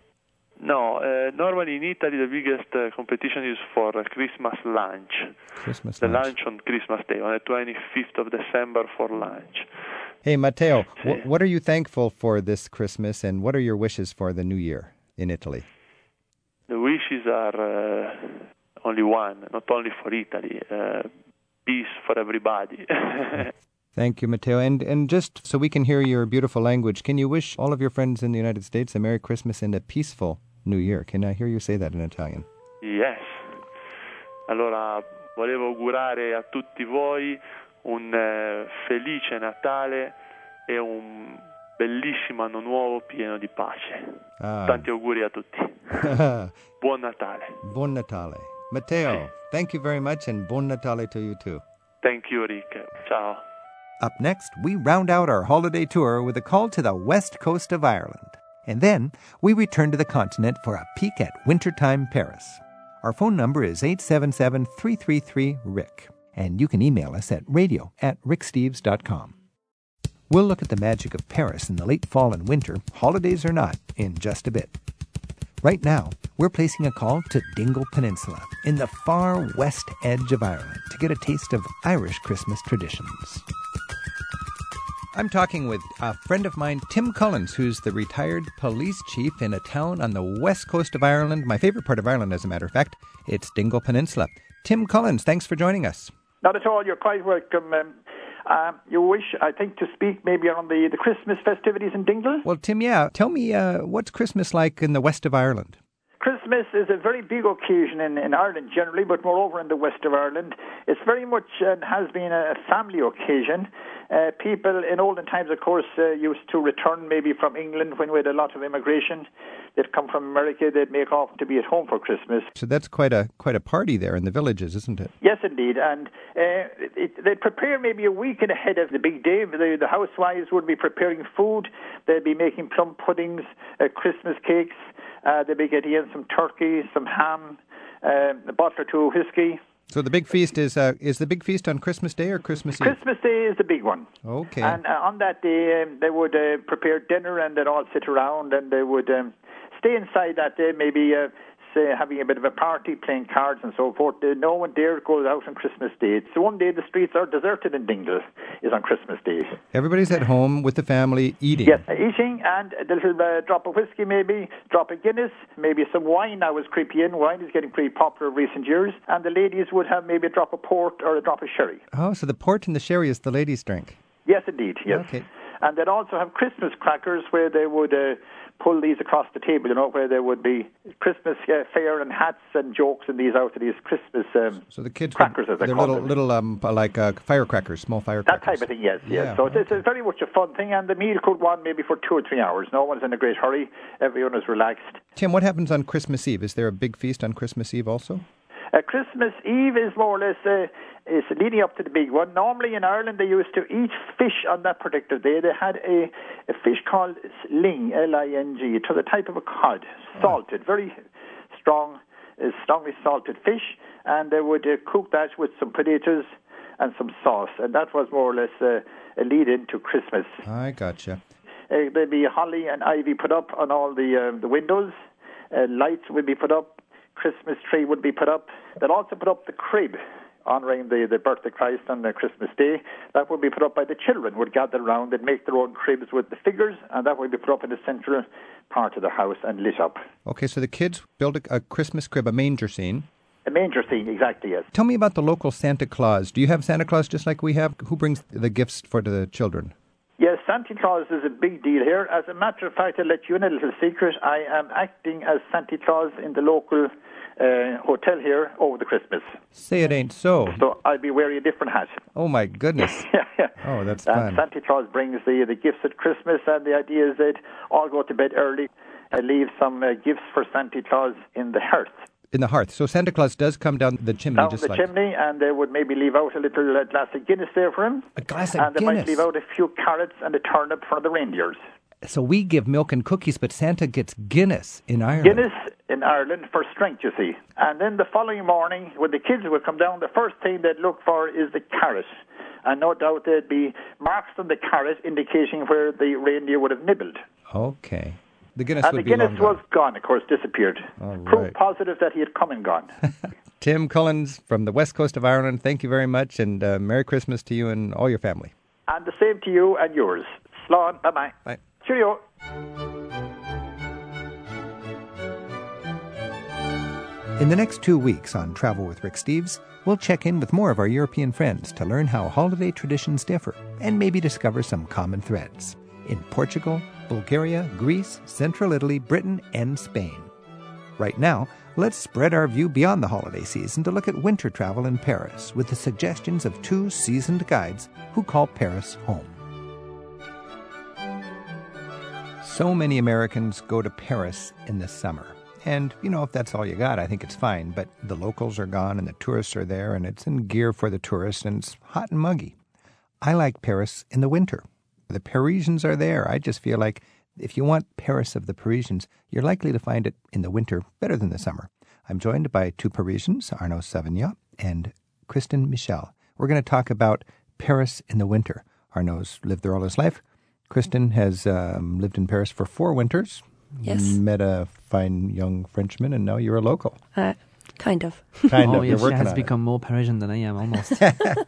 I: no, uh, normally in Italy the biggest uh, competition is for uh, Christmas lunch.
J: Christmas
I: The
J: lunch.
I: lunch on Christmas Day, on the 25th of December for lunch.
J: Hey, Matteo, wh- what are you thankful for this Christmas and what are your wishes for the new year in Italy?
I: The wishes are uh, only one, not only for Italy. Uh, peace for everybody.
J: Thank you, Matteo. And, and just so we can hear your beautiful language, can you wish all of your friends in the United States a Merry Christmas and a peaceful New Year? Can I hear you say that in Italian?
I: yes. Allora volevo augurare a tutti voi un eh, felice Natale e un bellissimo anno nuovo pieno di pace.
J: Ah,
I: Tanti auguri a tutti. Buon Natale.
J: buon Natale. Matteo, thank you very much and buon Natale to you too.
I: Thank you, Rick. Ciao.
A: Up next, we round out our holiday tour with a call to the west coast of Ireland. And then we return to the continent for a peek at wintertime Paris. Our phone number is 877 333 Rick, and you can email us at radio at ricksteves.com. We'll look at the magic of Paris in the late fall and winter, holidays or not, in just a bit. Right now, we're placing a call to Dingle Peninsula in the far west edge of Ireland to get a taste of Irish Christmas traditions. I'm talking with a friend of mine, Tim Collins, who's the retired police chief in a town on the west coast of Ireland, my favorite part of Ireland, as a matter of fact. It's Dingle Peninsula. Tim Collins, thanks for joining us.
K: Not at all. You're quite welcome. Um, uh, you wish, I think, to speak maybe on the, the Christmas festivities in Dingle.
A: Well, Tim, yeah, tell me uh, what's Christmas like in the west of Ireland?
K: Christmas is a very big occasion in, in Ireland generally, but moreover in the west of Ireland. It's very much and has been a family occasion. Uh, people in olden times, of course, uh, used to return maybe from England when we had a lot of immigration. They'd come from America, they'd make off to be at home for Christmas.
J: So that's quite a quite a party there in the villages, isn't it?
K: Yes, indeed, and uh, it, they prepare maybe a week and ahead of the big day. The, the housewives would be preparing food. They'd be making plum puddings, uh, Christmas cakes. Uh, they'd be getting in some turkey, some ham, um, a bottle or two of whiskey.
A: So the big feast is uh, is the big feast on Christmas Day or Christmas Eve?
K: Christmas Day is the big one.
A: Okay.
K: And uh, on that day, um, they would uh, prepare dinner and they'd all sit around and they would um, stay inside that day, maybe uh, say, having a bit of a party, playing cards and so forth. Uh, no one dare goes out on Christmas Day. It's the one day the streets are deserted in Dingle is on Christmas Day.
A: Everybody's at home with the family eating.
K: Yes, eating and a little uh, drop of whiskey, maybe drop of Guinness, maybe some wine. I was creepy in. Wine is getting pretty popular in recent years, and the ladies would have maybe a drop of port or a drop of sherry.
A: Oh, so the port and the sherry is the ladies' drink.
K: Yes, indeed. Yes.
A: Okay.
K: And they'd also have Christmas crackers where they would uh, pull these across the table, you know, where there would be Christmas uh, fare and hats and jokes and these out of these Christmas um,
A: So the kids
K: crackers, as they
A: they're
K: call
A: little
K: them.
A: little um like uh, firecrackers, small
K: that
A: firecrackers.
K: type of thing, yes, yes.
A: Yeah,
K: so it's, it's very much a fun thing, and the meal could run maybe for two or three hours. No one's in a great hurry. Everyone is relaxed.
A: Tim, what happens on Christmas Eve? Is there a big feast on Christmas Eve also?
K: Uh, Christmas Eve is more or less uh, is leading up to the big one. Normally in Ireland they used to eat fish on that particular day. They had a, a fish called ling, L-I-N-G. It was a type of a cod, salted, very strong, uh, strongly salted fish, and they would uh, cook that with some potatoes and some sauce, and that was more or less uh, a lead into Christmas.
A: I gotcha.
K: Uh, there'd be holly and ivy put up on all the um, the windows. Uh, lights would be put up. Christmas tree would be put up. They'd also put up the crib, honouring the, the birth of Christ on uh, Christmas Day. That would be put up by the children. Would gather round and make their own cribs with the figures, and that would be put up in the central part of the house and lit up.
A: Okay, so the kids build a, a Christmas crib, a manger scene.
K: A manger scene, exactly. Yes.
A: Tell me about the local Santa Claus. Do you have Santa Claus just like we have? Who brings the gifts for the children?
K: Yes, Santa Claus is a big deal here. As a matter of fact, I'll let you in a little secret. I am acting as Santa Claus in the local uh, hotel here over the Christmas.
A: Say it ain't so.
K: So I'll be wearing a different hat.
A: Oh my goodness. Oh, that's
K: and
A: fun.
K: Santa Claus brings the, the gifts at Christmas, and the idea is that all go to bed early and leave some uh, gifts for Santa Claus in the hearth.
A: In the hearth. So Santa Claus does come down the chimney
K: Down
A: just
K: the
A: like
K: chimney, and they would maybe leave out a little uh, glass of Guinness there for him.
A: a glass
K: and
A: of
K: they might leave
A: Guinness.
K: out a few carrots and a turnip for the reindeers.
A: So we give milk and cookies, but Santa gets Guinness in Ireland.
K: Guinness in Ireland for strength, you see. And then the following morning, when the kids would come down, the first thing they'd look for is the carrot. And no doubt there'd be marks on the carrot indicating where the reindeer would have nibbled.
A: Okay. The Guinness
K: And
A: would
K: the
A: be long
K: Guinness
A: gone.
K: was gone, of course, disappeared.
A: All
K: Proof
A: right.
K: positive that he had come and gone.
A: Tim Cullins from the west coast of Ireland, thank you very much, and uh, Merry Christmas to you and all your family.
K: and the same to you and yours. Slán, bye bye.
A: Bye.
K: Cheerio.
A: In the next two weeks on Travel with Rick Steves, we'll check in with more of our European friends to learn how holiday traditions differ and maybe discover some common threads in Portugal, Bulgaria, Greece, Central Italy, Britain, and Spain. Right now, let's spread our view beyond the holiday season to look at winter travel in Paris with the suggestions of two seasoned guides who call Paris home. So many Americans go to Paris in the summer. And, you know, if that's all you got, I think it's fine. But the locals are gone and the tourists are there and it's in gear for the tourists and it's hot and muggy. I like Paris in the winter. The Parisians are there. I just feel like if you want Paris of the Parisians, you're likely to find it in the winter better than the summer. I'm joined by two Parisians, Arnaud Savignac and Kristen Michel. We're going to talk about Paris in the winter. Arnaud's lived there all his life. Kristen has um, lived in Paris for four winters.
D: Yes.
A: Met a fine young Frenchman, and now you're a local.
D: Uh, kind of.
A: Kind
L: oh,
A: of.
L: yeah,
A: You're
L: she
A: working
L: has
A: on it.
L: become more Parisian than I am almost.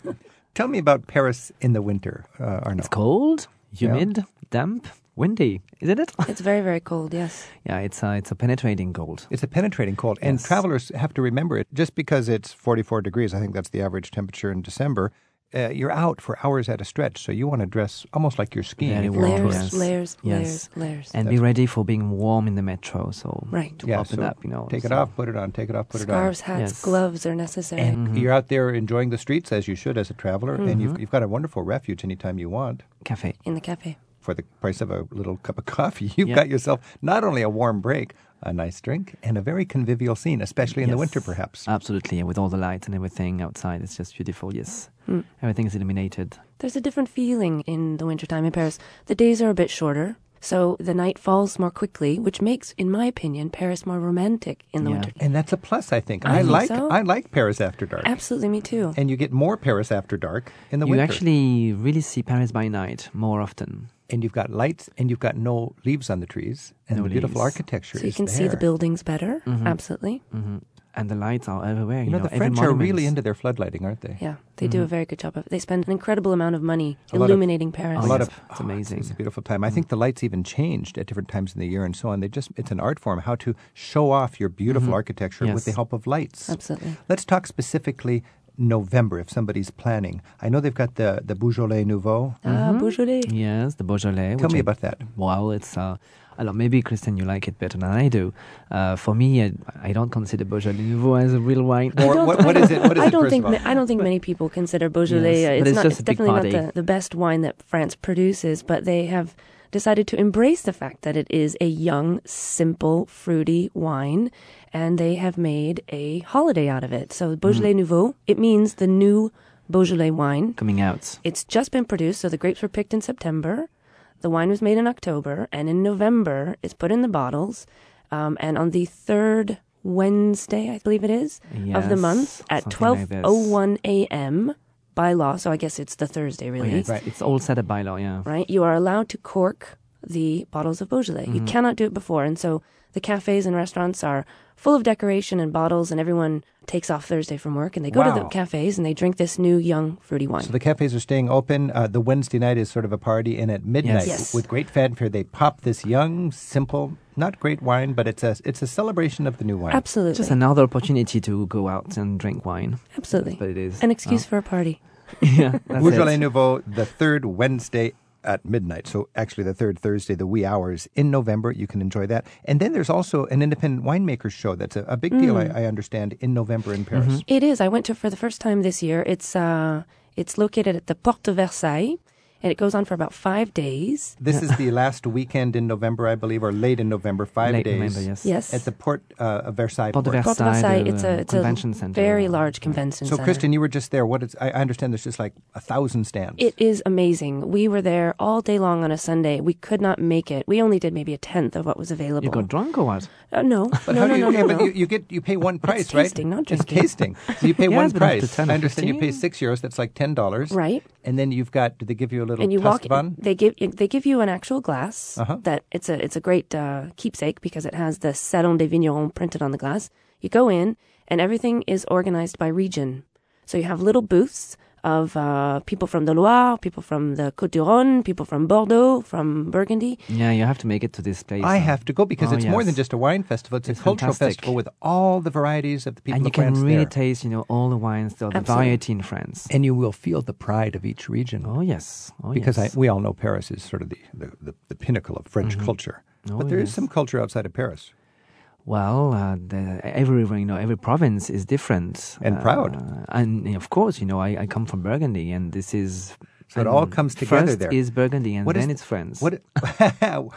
A: Tell me about Paris in the winter, uh, Arnaud.
L: it's cold, humid, damp, windy, isn't it?
D: It's very, very cold, yes.
L: yeah, it's a, it's a penetrating cold.
A: It's a penetrating cold, and
L: Yes.
A: travelers have to remember it. Just because it's 44 degrees, I think that's the average temperature in December. Uh, you're out for hours at a stretch, so you want to dress almost like you're skiing.
L: Very
A: if you're
L: warm.
A: on
D: Layers,
L: Yes.
A: tour.
D: layers,
L: Yes.
D: layers, layers.
L: And be ready for being warm in the metro. So
D: Right.
L: to
A: Yeah,
L: open
A: so
L: up, you know.
A: Take it
L: so-
A: off, put it on. Take it off, put
D: Scarves,
A: it
D: hats,
L: Yes.
D: gloves are necessary.
A: on. And you're out there enjoying the streets as you should as a traveler, and you've, you've got a wonderful refuge anytime you want.
L: Cafe.
D: in the Mm-hmm. cafe.
A: For the price of a little cup of coffee, you've
L: Yeah.
A: got yourself not only a warm break, a nice drink, and a very convivial scene, especially in the
L: Yes.
A: winter, perhaps.
L: Absolutely, yeah, with all the lights and everything outside, it's just beautiful. Yes,
D: Hmm.
L: everything is illuminated.
D: There's a different feeling in the wintertime in Paris. The days are a bit shorter, So the night falls more quickly, which makes, in my opinion, Paris more romantic in the
A: Yeah.
D: winter.
A: And that's a plus, I think.
D: I
A: I,
D: think
A: like
D: so.
A: I like Paris After Dark.
D: Absolutely, me too.
A: And you get more Paris After Dark in the
L: you
A: winter.
L: actually really see Paris by night more often.
A: and you've got lights and you've got no leaves on the trees and
L: No
A: the beautiful
L: leaves.
A: architecture
D: So you
A: is
D: can see the
A: there. Mm-hmm.
D: buildings better.
L: Mhm.
D: Absolutely.
L: hmm And the lights are everywhere. You,
A: You know, the
L: every
A: French are
L: monument.
A: really into their floodlighting, aren't they?
D: Yeah, they do a
L: Mhm.
D: very good job of it. They spend an incredible amount of money
A: Mm-hmm. A lot of-
D: illuminating Paris.
A: a lot
L: yes.
A: of
L: It's amazing.
A: It's a beautiful time. I think the lights even changed at different times in the year and so on. They just it's an art form how to show off your beautiful
L: Mhm.
A: architecture with
L: Yes.
A: the help of lights.
D: Absolutely.
A: Let's talk specifically November if somebody's planning. I know they've got the the Beaujolais Nouveau.
L: Mm-hmm.
D: Ah, Beaujolais.
L: Yes, the Beaujolais.
A: Tell
L: which
A: me
L: I-
A: about that.
L: Well, it's uh, I don't know, maybe Christian, you like it better than I do. Uh, for me, I, I don't consider Beaujolais Nouveau as a real wine.
A: Or what, what is it? What is
D: I
A: it?
D: don't
A: first
D: think
A: of all?
D: ma- I don't think many people consider Beaujolais.
L: Yes,
D: uh,
L: but
D: it's,
L: it's
D: not.
L: just
D: it's
L: a big
D: definitely not
L: party.
D: the, the best wine that France produces, but they have decided to embrace the fact that it is a young, simple, fruity wine, and they have made a holiday out of it. So Beaujolais
A: Mm.
D: Nouveau. It means the new Beaujolais wine.
L: coming out.
D: It's just been produced, so the grapes were picked in September. The wine was made in October, and in November, it's put in the bottles. Um, and on the third Wednesday, I believe it is, of the
L: Yes,
D: month at
L: something like this.
D: 12:01 a.m. by law. So I guess it's the Thursday,
L: Oh,
D: really,
L: yeah, it's,
A: Right.
L: it's all set up by law. Yeah.
D: right? You are allowed to cork the bottles of Beaujolais. You
L: Mm-hmm.
D: cannot do it before, and so the cafes and restaurants are full of decoration and bottles, and everyone takes off Thursday from work and they go to the
A: Wow.
D: cafes and they drink this new young fruity wine.
A: So the cafes are staying open. Uh, the Wednesday night is sort of a party, and at midnight,
D: Yes.
A: with great fanfare, they pop this young, simple, not great wine, but it's a it's a celebration of the new wine.
D: Absolutely.
L: Just another opportunity to go out and drink wine.
D: Absolutely.
L: But it is
D: An excuse
L: uh,
D: for a party.
L: yeah. that's
A: Beaujolais
L: it.
A: Nouveau, the third Wednesday at midnight. So actually, the third Thursday, the wee hours in November. You can enjoy that. And then there's also an independent winemakers show that's a, a big deal,
L: Mm.
A: I, I understand, in November in Paris.
L: Mm-hmm.
D: It is. I went to it for the first time this year. It's uh, it's located at the Porte de Versailles, and it goes on for about five days.
A: This is the last weekend in November, I believe, or late in November, five
L: Late
A: days.
L: November, yes.
D: Yes,
A: At the port uh, of Versailles.
L: Port de Versailles.
D: Porte de Versailles.
L: the
D: It's a it's
L: convention
D: a
L: center.
D: very large convention
A: So,
D: center.
A: Kristen, you were just there. What is? I I understand there's just like a thousand stands.
D: It is amazing. We were there all day long on a Sunday. We could not make it. We only did maybe a tenth of what was available.
L: You got drunk or what?
D: Uh, no,
A: But
D: no,
A: how
D: no,
A: do you,
D: no,
A: yeah,
D: no,
A: but
D: no.
A: you, you get you pay one price,
D: It's
A: right?
D: tasting, not
A: It's
D: drinking.
A: tasting. So you pay
L: Yeah,
A: one
L: but up to
A: price.
L: 10 or
A: I understand you pay
L: 15.
A: six euros. That's like ten dollars,
D: Right.
A: And then you've got. Do they give you a little
D: and you walk
A: bun?
D: they give they give you an actual glass
A: Uh-huh.
D: that it's a it's a great uh, keepsake because it has the Salon des Vignerons printed on the glass. You go in and everything is organized by region. So you have little booths of uh, people from the Loire, people from the Côte du Rhône, people from Bordeaux, from Burgundy.
L: Yeah, you have to make it to this place.
A: I
L: uh,
A: have to go because
L: Oh,
A: it's more
L: yes.
A: than just a wine festival. It's,
L: It's
A: a cultural
L: fantastic.
A: festival with all the varieties of the people
L: and you
A: of
L: can
A: France
L: really
A: there.
L: taste, you know, all the wines, the, the
D: Absolutely.
L: variety in France.
A: and you will feel the pride of each region.
L: Oh yes, oh,
A: because
L: yes.
A: I, we all know Paris is sort of the, the, the, the pinnacle of French culture.
L: Oh,
A: but there is
L: yes.
A: some culture outside of Paris.
L: well, uh, the, every you know every province is different
A: And proud.
L: Uh, and of course, you know, I, I come from Burgundy, and this is
A: So it all
L: and
A: comes together
L: First
A: there.
L: is Burgundy, and
A: What is
L: then
A: the-
L: it's France.
A: What,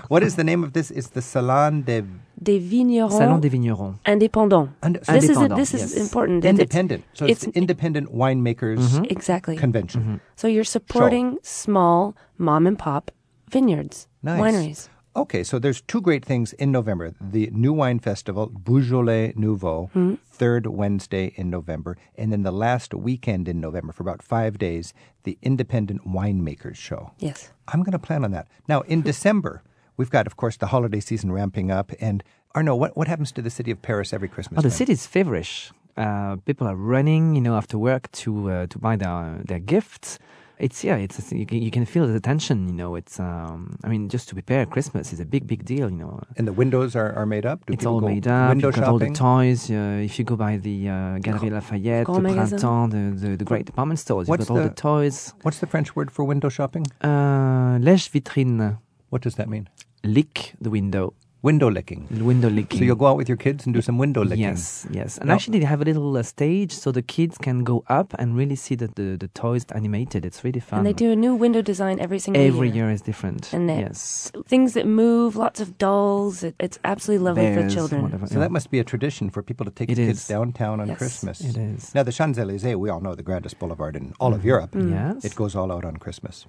A: what is the name of this? It's the Salon de
D: Des Vignerons
L: Salon des Vignerons.
D: Indépendants.
A: Ind-
D: this is
L: Indépendants,
D: this is
L: yes.
D: important. It- it's- Mm-hmm.
A: Independent. so it's, the Independent Winemakers
D: exactly Mm-hmm.
A: Convention.
D: So you're supporting small mom and pop vineyards,
A: Nice.
D: wineries.
A: Okay, so there's two great things in November the New Wine Festival, Beaujolais Nouveau,
D: Mm-hmm.
A: third Wednesday in November, and then the last weekend in November for about five days, the Independent Winemakers Show.
D: Yes.
A: I'm going to plan on that. Now, in December, we've got, of course, the holiday season ramping up. And Arno, what, what happens to the city of Paris every Christmas?
L: Oh, the
A: time?
L: city's feverish. Uh, people are running, you know, after work to uh, to buy their their gifts. It's yeah, it's it's- you, can, you can feel the tension. You know, it's um, I mean, just to prepare Christmas is a big big deal. You know,
A: And the windows are, are made up? Do
L: it's
A: people
L: all
A: go
L: made up.
A: Window
L: You've got all the
A: shopping?
L: toys. Uh, if you go by the uh, Galerie Lafayette, the
D: Grand Magasin.
L: Printemps, the, the, the great department stores, you've
A: What's
L: got all the,
A: the-
L: toys.
A: What's the French word for window shopping?
L: Uh, Lèche vitrine,
A: What does that mean?
L: lick the window,
A: Window licking.
L: window licking.
A: So you'll go out with your kids and do some window licking.
L: Yes, yes. And
A: Now-
L: actually, they have a little uh, stage so the kids can go up and really see the, the, the toys animated. It's really fun.
D: And they do a new window design every single
L: Um, Every
D: year.
L: year is different.
D: And it-
L: yes.
D: things that move, lots of dolls. It, it's absolutely lovely
L: Bears,
D: for children.
L: whatever,
A: So
L: yeah.
A: that must be a tradition for people to take
L: It
A: the kids
L: is.
A: downtown on
D: Yes.
A: Christmas.
L: It is.
A: Now, the Champs Elysees, we all know the grandest boulevard in all of Europe.
L: Mhm. Yes.
A: It goes all out on Christmas.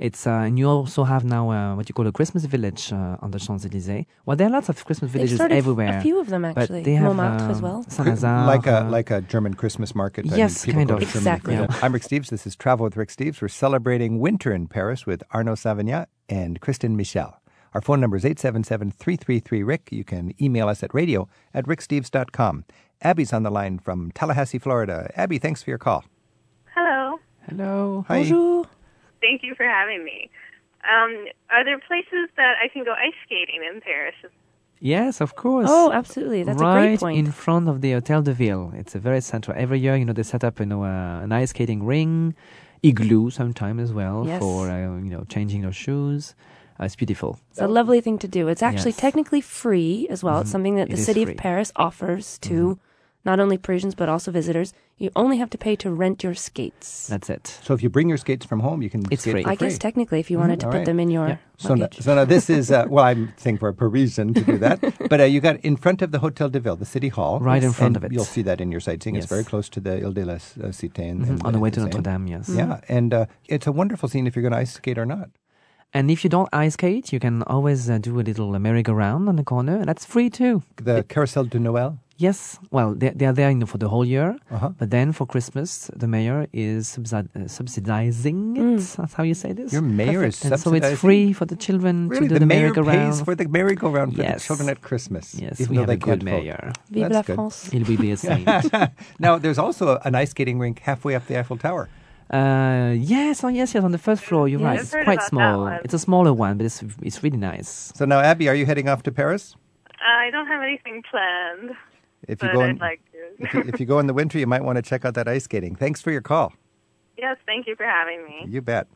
L: It's uh, and you also have now uh, what you call a Christmas village uh, on the Champs Elysees. Well, there are lots of Christmas
D: They've
L: villages
D: started f-
L: everywhere.
D: a few of them, actually.
L: But they have
D: Montmartre as
L: um,
D: well.
L: Saint-Lazare,
A: like a
L: uh,
A: like a German Christmas market.
L: Yes,
A: people
L: kind
A: go
L: of.
A: to Germany
D: Exactly.
A: for that. I'm Rick Steves. This is Travel with Rick Steves. We're celebrating winter in Paris with Arnaud Savagna and Kristen Michel. Our phone number is 877-333-RICK. You can email us at radio at ricksteves.com. Abby's on the line from Tallahassee, Florida. Abby, thanks for your call.
M: Hello.
L: Hello.
A: Hi.
L: Bonjour.
M: Thank you for having me. Um, are there places that I can go ice skating in Paris?
L: uh, Yes, of course.
D: Oh, absolutely. That's a great
L: right
D: point.
L: in front of the Hotel de Ville. It's a very central. Every year, you know, they set up you know uh, an ice skating ring, igloo sometime as well
D: Yes.
L: for uh, you know changing your shoes. Uh, it's beautiful.
D: It's a lovely thing to do. It's actually
L: Yes. Mm-hmm.
D: technically free as well. It's something that
L: It
D: the
L: is
D: city
L: free. Mm-hmm.
D: of Paris offers to not only Parisians but also visitors. You only have to pay to rent your skates.
L: That's it.
A: So if you bring your skates from home, you can
L: It's
A: skate
L: free.
A: for Mm-hmm.
D: I guess technically, if you wanted to
A: All
D: put
A: right.
D: them in your
L: Yeah.
A: So now,
D: luggage.
A: so now this is, uh, well, I am think we're Parisian to do that. but uh, you got in front of the Hotel de Ville, the city hall.
L: Right in
A: And
L: front of it.
A: You'll see that in your sightseeing. It's
L: Yes.
A: very close to the Ile de la S- uh, Cité. And,
L: Mhm,
A: and-
L: On the way
A: and
L: to Notre
A: Seine.
L: Dame, yes.
A: Yeah,
D: Mm-hmm.
A: and uh, it's a wonderful scene if you're going to ice skate or not.
L: And if you don't ice skate, you can always uh, do a little uh, merry-go-round on the corner, and that's free too.
A: The Carousel de Noël.
L: Yes, well, they, they are there you know, for the whole year,
A: Uh-huh.
L: but then for Christmas, the mayor is subsid- uh, subsidizing it.
D: Mm.
L: That's how you say this.
A: Your mayor is
L: and so
A: subsidizing-
L: it's free for the children
A: Really,
L: to do
A: the,
L: the,
A: mayor
L: merry-go-round.
A: pays for the merry-go-round for
L: Yes.
A: the children at Christmas.
L: yes,
A: even
L: we have
A: though they
L: a good
A: can't vote.
L: mayor.
D: Vive
A: That's
D: la
A: good.
D: France.
L: He'll be a saint.
A: Now, there's also an ice skating rink halfway up the Eiffel Tower.
L: Uh, yes, oh yes, yes. On the first floor, you're
M: Yeah,
L: right.
M: I've
L: It's
M: heard
L: quite
M: about that
L: small.
M: one.
L: It's a smaller one, but it's it's really nice.
A: So now, Abby, are you heading off to Paris?
M: I don't have anything planned,
A: If
M: but
A: go in,
M: I'd like to.
A: if, you, if you go in the winter, you might want to check out that ice skating. Thanks for your call.
M: yes, thank you for having me.
A: You bet.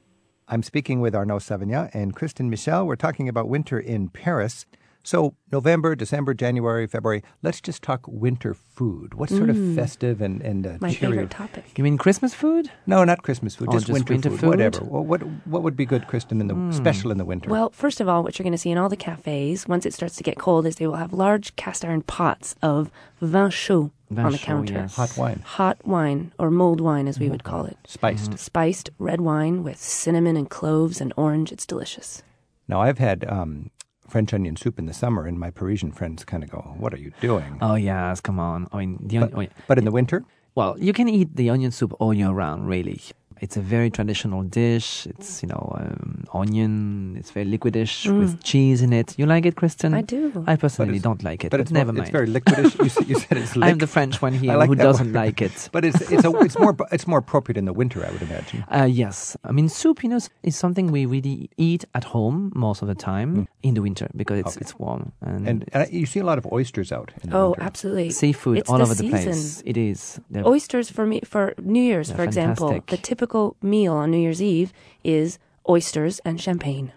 A: I'm speaking with Arnaud Savagna and Kristen Michel. We're talking about winter in Paris. So, November, December, January, February, let's just talk winter food. What sort of festive and, and uh,
D: My
A: cheery?
D: favorite topic.
L: Mm. You mean Christmas food?
A: No, not Christmas food,
L: Oh,
A: just,
L: just
A: winter,
L: winter
A: food,
L: food? Hmm.
A: whatever. Well, what, what would be good, Kristen, in the special in the winter?
D: Hmm. Well, first of all, what you're going to see in all the cafes once it starts to get cold is they will have large cast iron pots of vin chaud
L: Vin
D: on the
L: chaud,
D: counter.
L: yes.
A: Hot wine, Mm-hmm.
D: Hot wine or mulled wine, as we would call it.
A: spiced.
D: Spiced red wine with cinnamon and cloves and orange. It's delicious.
A: Now, I've had um, French onion soup in the summer, and my Parisian friends kind of go, What are you doing?
L: Oh yes, come on. I mean, the on- oh, yeah.
A: but in the winter?
L: well, you can eat the onion soup all year round. Really, it's a very traditional dish. It's you know um, onion. It's very liquidish with cheese in it. You like it, Kristen?
D: Mm. I do.
L: I
A: But
L: personally
A: it's-
L: don't like it,
A: But it's,
L: never
A: more-
L: mind.
A: it's very liquidish. you, said, you said it's liquid.
L: I'm the French one here
A: like
L: who
A: that
L: doesn't
A: word.
L: like it.
A: But it's it's a, it's more it's more appropriate in the winter, I would imagine.
L: Uh, yes. I mean, soup, you know, is something we really eat at home most of the time in the winter because it's, it's warm. And,
A: Mm. And, and you see a lot of oysters out. In the
D: Oh,
A: winter.
D: absolutely.
L: seafood
D: It's
L: all
D: the
L: over the
D: season.
L: place. It is. They're-
D: Oysters for me for New Year's,
L: They're
D: for example,
L: fantastic.
D: the typical meal on New Year's Eve is oysters and champagne.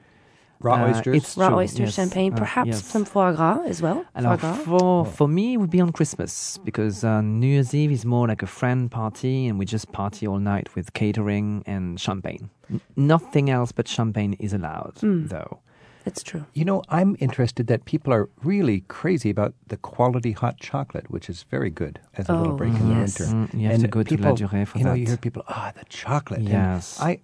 A: Raw
L: uh,
A: oysters.
L: it's-
D: Raw
L: True,
D: oysters,
L: yes.
D: champagne,
L: Uh,
D: perhaps
L: yes.
D: some foie gras as well.
L: and
D: foie
L: our-
D: gras.
L: for, for me, it would be on Christmas because uh, New Year's Eve is more like a friend party and we just party all night with catering and champagne. N- nothing else but champagne is allowed, though.
D: Hmm. That's true.
A: you know, I'm interested that people are really crazy about the quality hot chocolate, which is very good as a little
D: Oh,
A: break in the
D: yes.
A: winter.
L: Mm, you have
A: and
L: to go to La
A: people,
L: Durée for
A: You know,
L: that.
A: you hear people, ah, the chocolate. And
L: Yes.
A: I,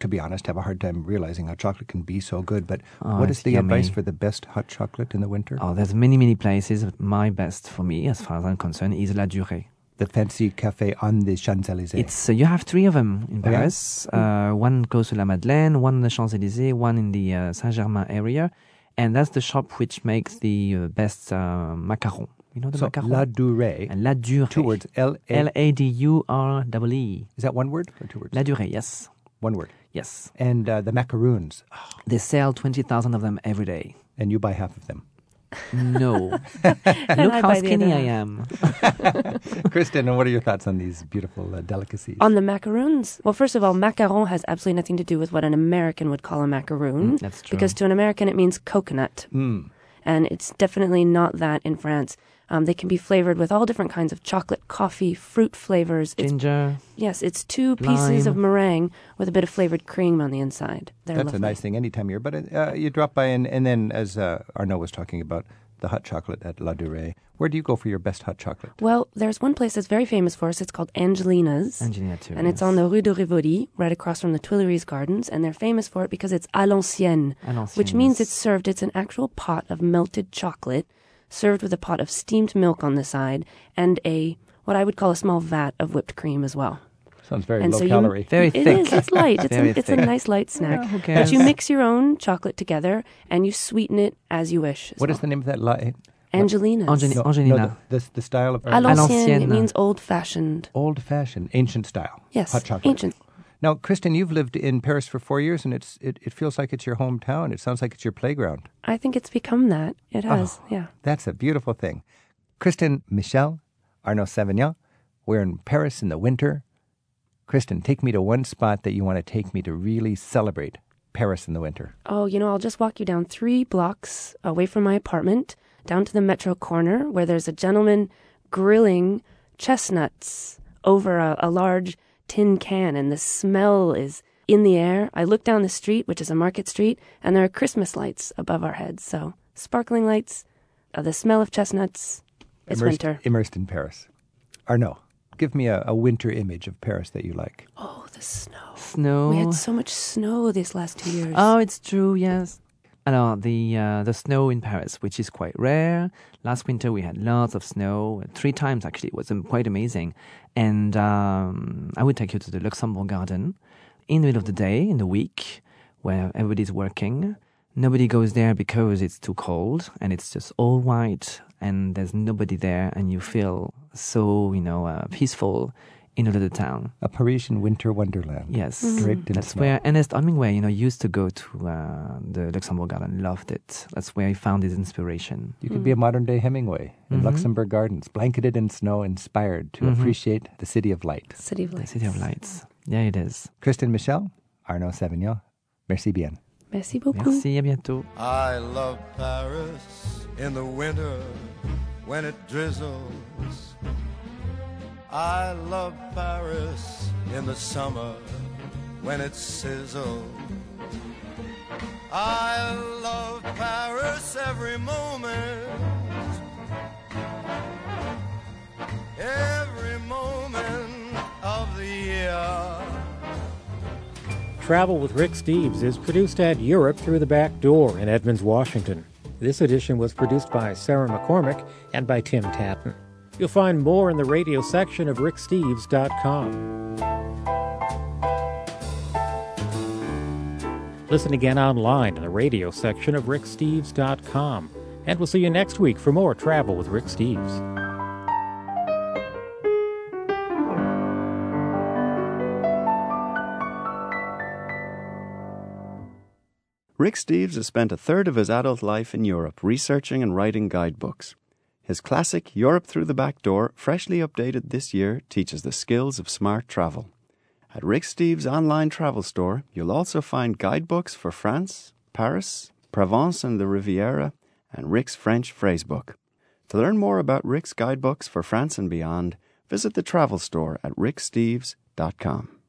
A: to be honest, have a hard time realizing how chocolate can be so good. But
L: Oh,
A: what
L: it's
A: is the advice
L: yummy.
A: for the best hot chocolate in the winter?
L: Oh, there's many, many places. but My best for me, as far as I'm concerned, is La Durée.
A: The fancy cafe on the Champs Elysees.
L: It's uh, you have three of them in
A: Oh, yeah?
L: Paris. Uh, one close to La Madeleine, one in the Champs Elysees, one in the uh, Saint Germain area, and that's the shop which makes the uh, best uh, macaron. You know the
A: so,
L: macaron.
A: La Durée.
L: And La Durée.
A: two words. L
L: L
A: A.
L: A D U R E E.
A: Is that one word or two words?
L: La Durée. Yes.
A: one word.
L: Yes.
A: And uh, the macaroons.
L: They sell twenty thousand of them every day.
A: and you buy half of them.
L: No.
D: And
L: Look
D: I
L: how
D: buy the
L: skinny
D: other
L: I
D: half.
L: am.
A: Kristen, and what are your thoughts on these beautiful uh, delicacies?
D: On the macaroons. Well, first of all, macaron has absolutely nothing to do with what an American would call a
L: Mm,
D: macaroon.
L: that's true. Hmm.
D: Because to an American, it means coconut. And it's definitely not that in France. Um, they can be flavored with all different kinds of chocolate, coffee, fruit flavors. It's,
L: Ginger.
D: yes, it's two pieces of meringue with a bit of flavored cream on the inside. They're
A: That's
D: lovely.
A: a nice thing any time of year. But uh, you drop by, and, and then as uh, Arnaud uh, was talking about, the hot chocolate at La Durée. Where do you go for your best hot chocolate?
D: Well, there's one place that's very famous for us. It's called Angelina's.
L: Angelina too,
D: And it's
L: yes.
D: on the Rue de Rivoli, right across from the Tuileries Gardens. And they're famous for it because it's à l'ancienne,
L: À l'ancienne,
D: which means
L: yes.
D: it's served, it's an actual pot of melted chocolate served with a pot of steamed milk on the side and a, what I would call a small vat of whipped cream as well.
A: Sounds very
D: and
A: low
D: so
A: calorie.
D: You,
L: Very
D: it
L: thick.
D: is, It's light. It's,
L: Very
D: a, it's a
L: thick.
D: nice light snack.
L: Yeah, who
D: but you
L: cares?
D: mix your own chocolate together and you sweeten it as you wish. as
A: What is
D: well.
A: the name of that latte?
D: Angelina's?
L: Angeli-
A: No,
L: Angelina.
A: the, this- the style of
D: À l'ancienne, it
L: l'ancienne.
D: means old fashioned.
A: old fashioned, ancient style.
D: Yes,
A: Hot chocolate.
D: ancient.
A: Now, Kristen, you've lived in Paris for four years and it's it, it feels like it's your hometown. It sounds like it's your playground.
D: I think it's become that.
A: Oh.
D: It has, yeah.
A: That's a beautiful thing. Kristen Michel, Arnaud Savignon, we're in Paris in the winter. Kristen, take me to one spot that you want to take me to really celebrate Paris in the winter.
D: Oh, you know, I'll just walk you down three blocks away from my apartment, down to the metro corner, where there's a gentleman grilling chestnuts over a, a large tin can, and the smell is in the air. I look down the street, which is a market street, and there are Christmas lights above our heads. So, sparkling lights, uh, the smell of chestnuts. It's
A: immersed,
D: winter.
A: Immersed in Paris. Arnaud, give me a, a winter image of Paris that you like.
D: Oh, the snow.
L: Snow.
D: We had so much snow these last two years.
L: Oh, it's true. Yes. And uh, the uh, the snow in Paris, which is quite rare. Last winter we had lots of snow, three times actually. It was um, quite amazing. And um, I would take you to the Luxembourg Garden in the middle of the day in the week, where everybody's working. Nobody goes there because it's too cold, and it's just all white, and there's nobody there, and you feel so you know uh, peaceful in the little town.
A: A Parisian winter wonderland.
L: Yes,
A: Draped in
L: that's
A: snow.
L: where Ernest Hemingway, you know, used to go to uh, the Luxembourg Garden. Loved it. That's where he found his inspiration. Mm-hmm.
A: You could
D: Hmm.
A: be a modern day Hemingway in Luxembourg Gardens, blanketed in snow, inspired to appreciate the city of light.
D: City of
L: The
D: Lights.
L: City of Lights. Yeah, it is.
A: Kristen Michel, Arnaud Savignon, merci bien.
D: Merci beaucoup.
L: Merci. À bientôt.
N: I love Paris in the winter when it drizzles. I love Paris in the summer when it sizzles. I love Paris every moment. Every moment of the year.
O: Travel with Rick Steves is produced at Europe Through the Back Door in Edmonds, Washington. This edition was produced by Sarah McCormick and by Tim Tatton. You'll find more in the radio section of ricksteves.com. Listen again online in the radio section of ricksteves.com. And we'll see you next week for more Travel with Rick Steves.
P: Rick Steves has spent a third of his adult life in Europe researching and writing guidebooks. His classic, Europe Through the Back Door, freshly updated this year, teaches the skills of smart travel. At Rick Steves' online travel store, you'll also find guidebooks for France, Paris, Provence and the Riviera, and Rick's French phrasebook. To learn more about Rick's guidebooks for France and beyond, visit the travel store at ricksteves.com.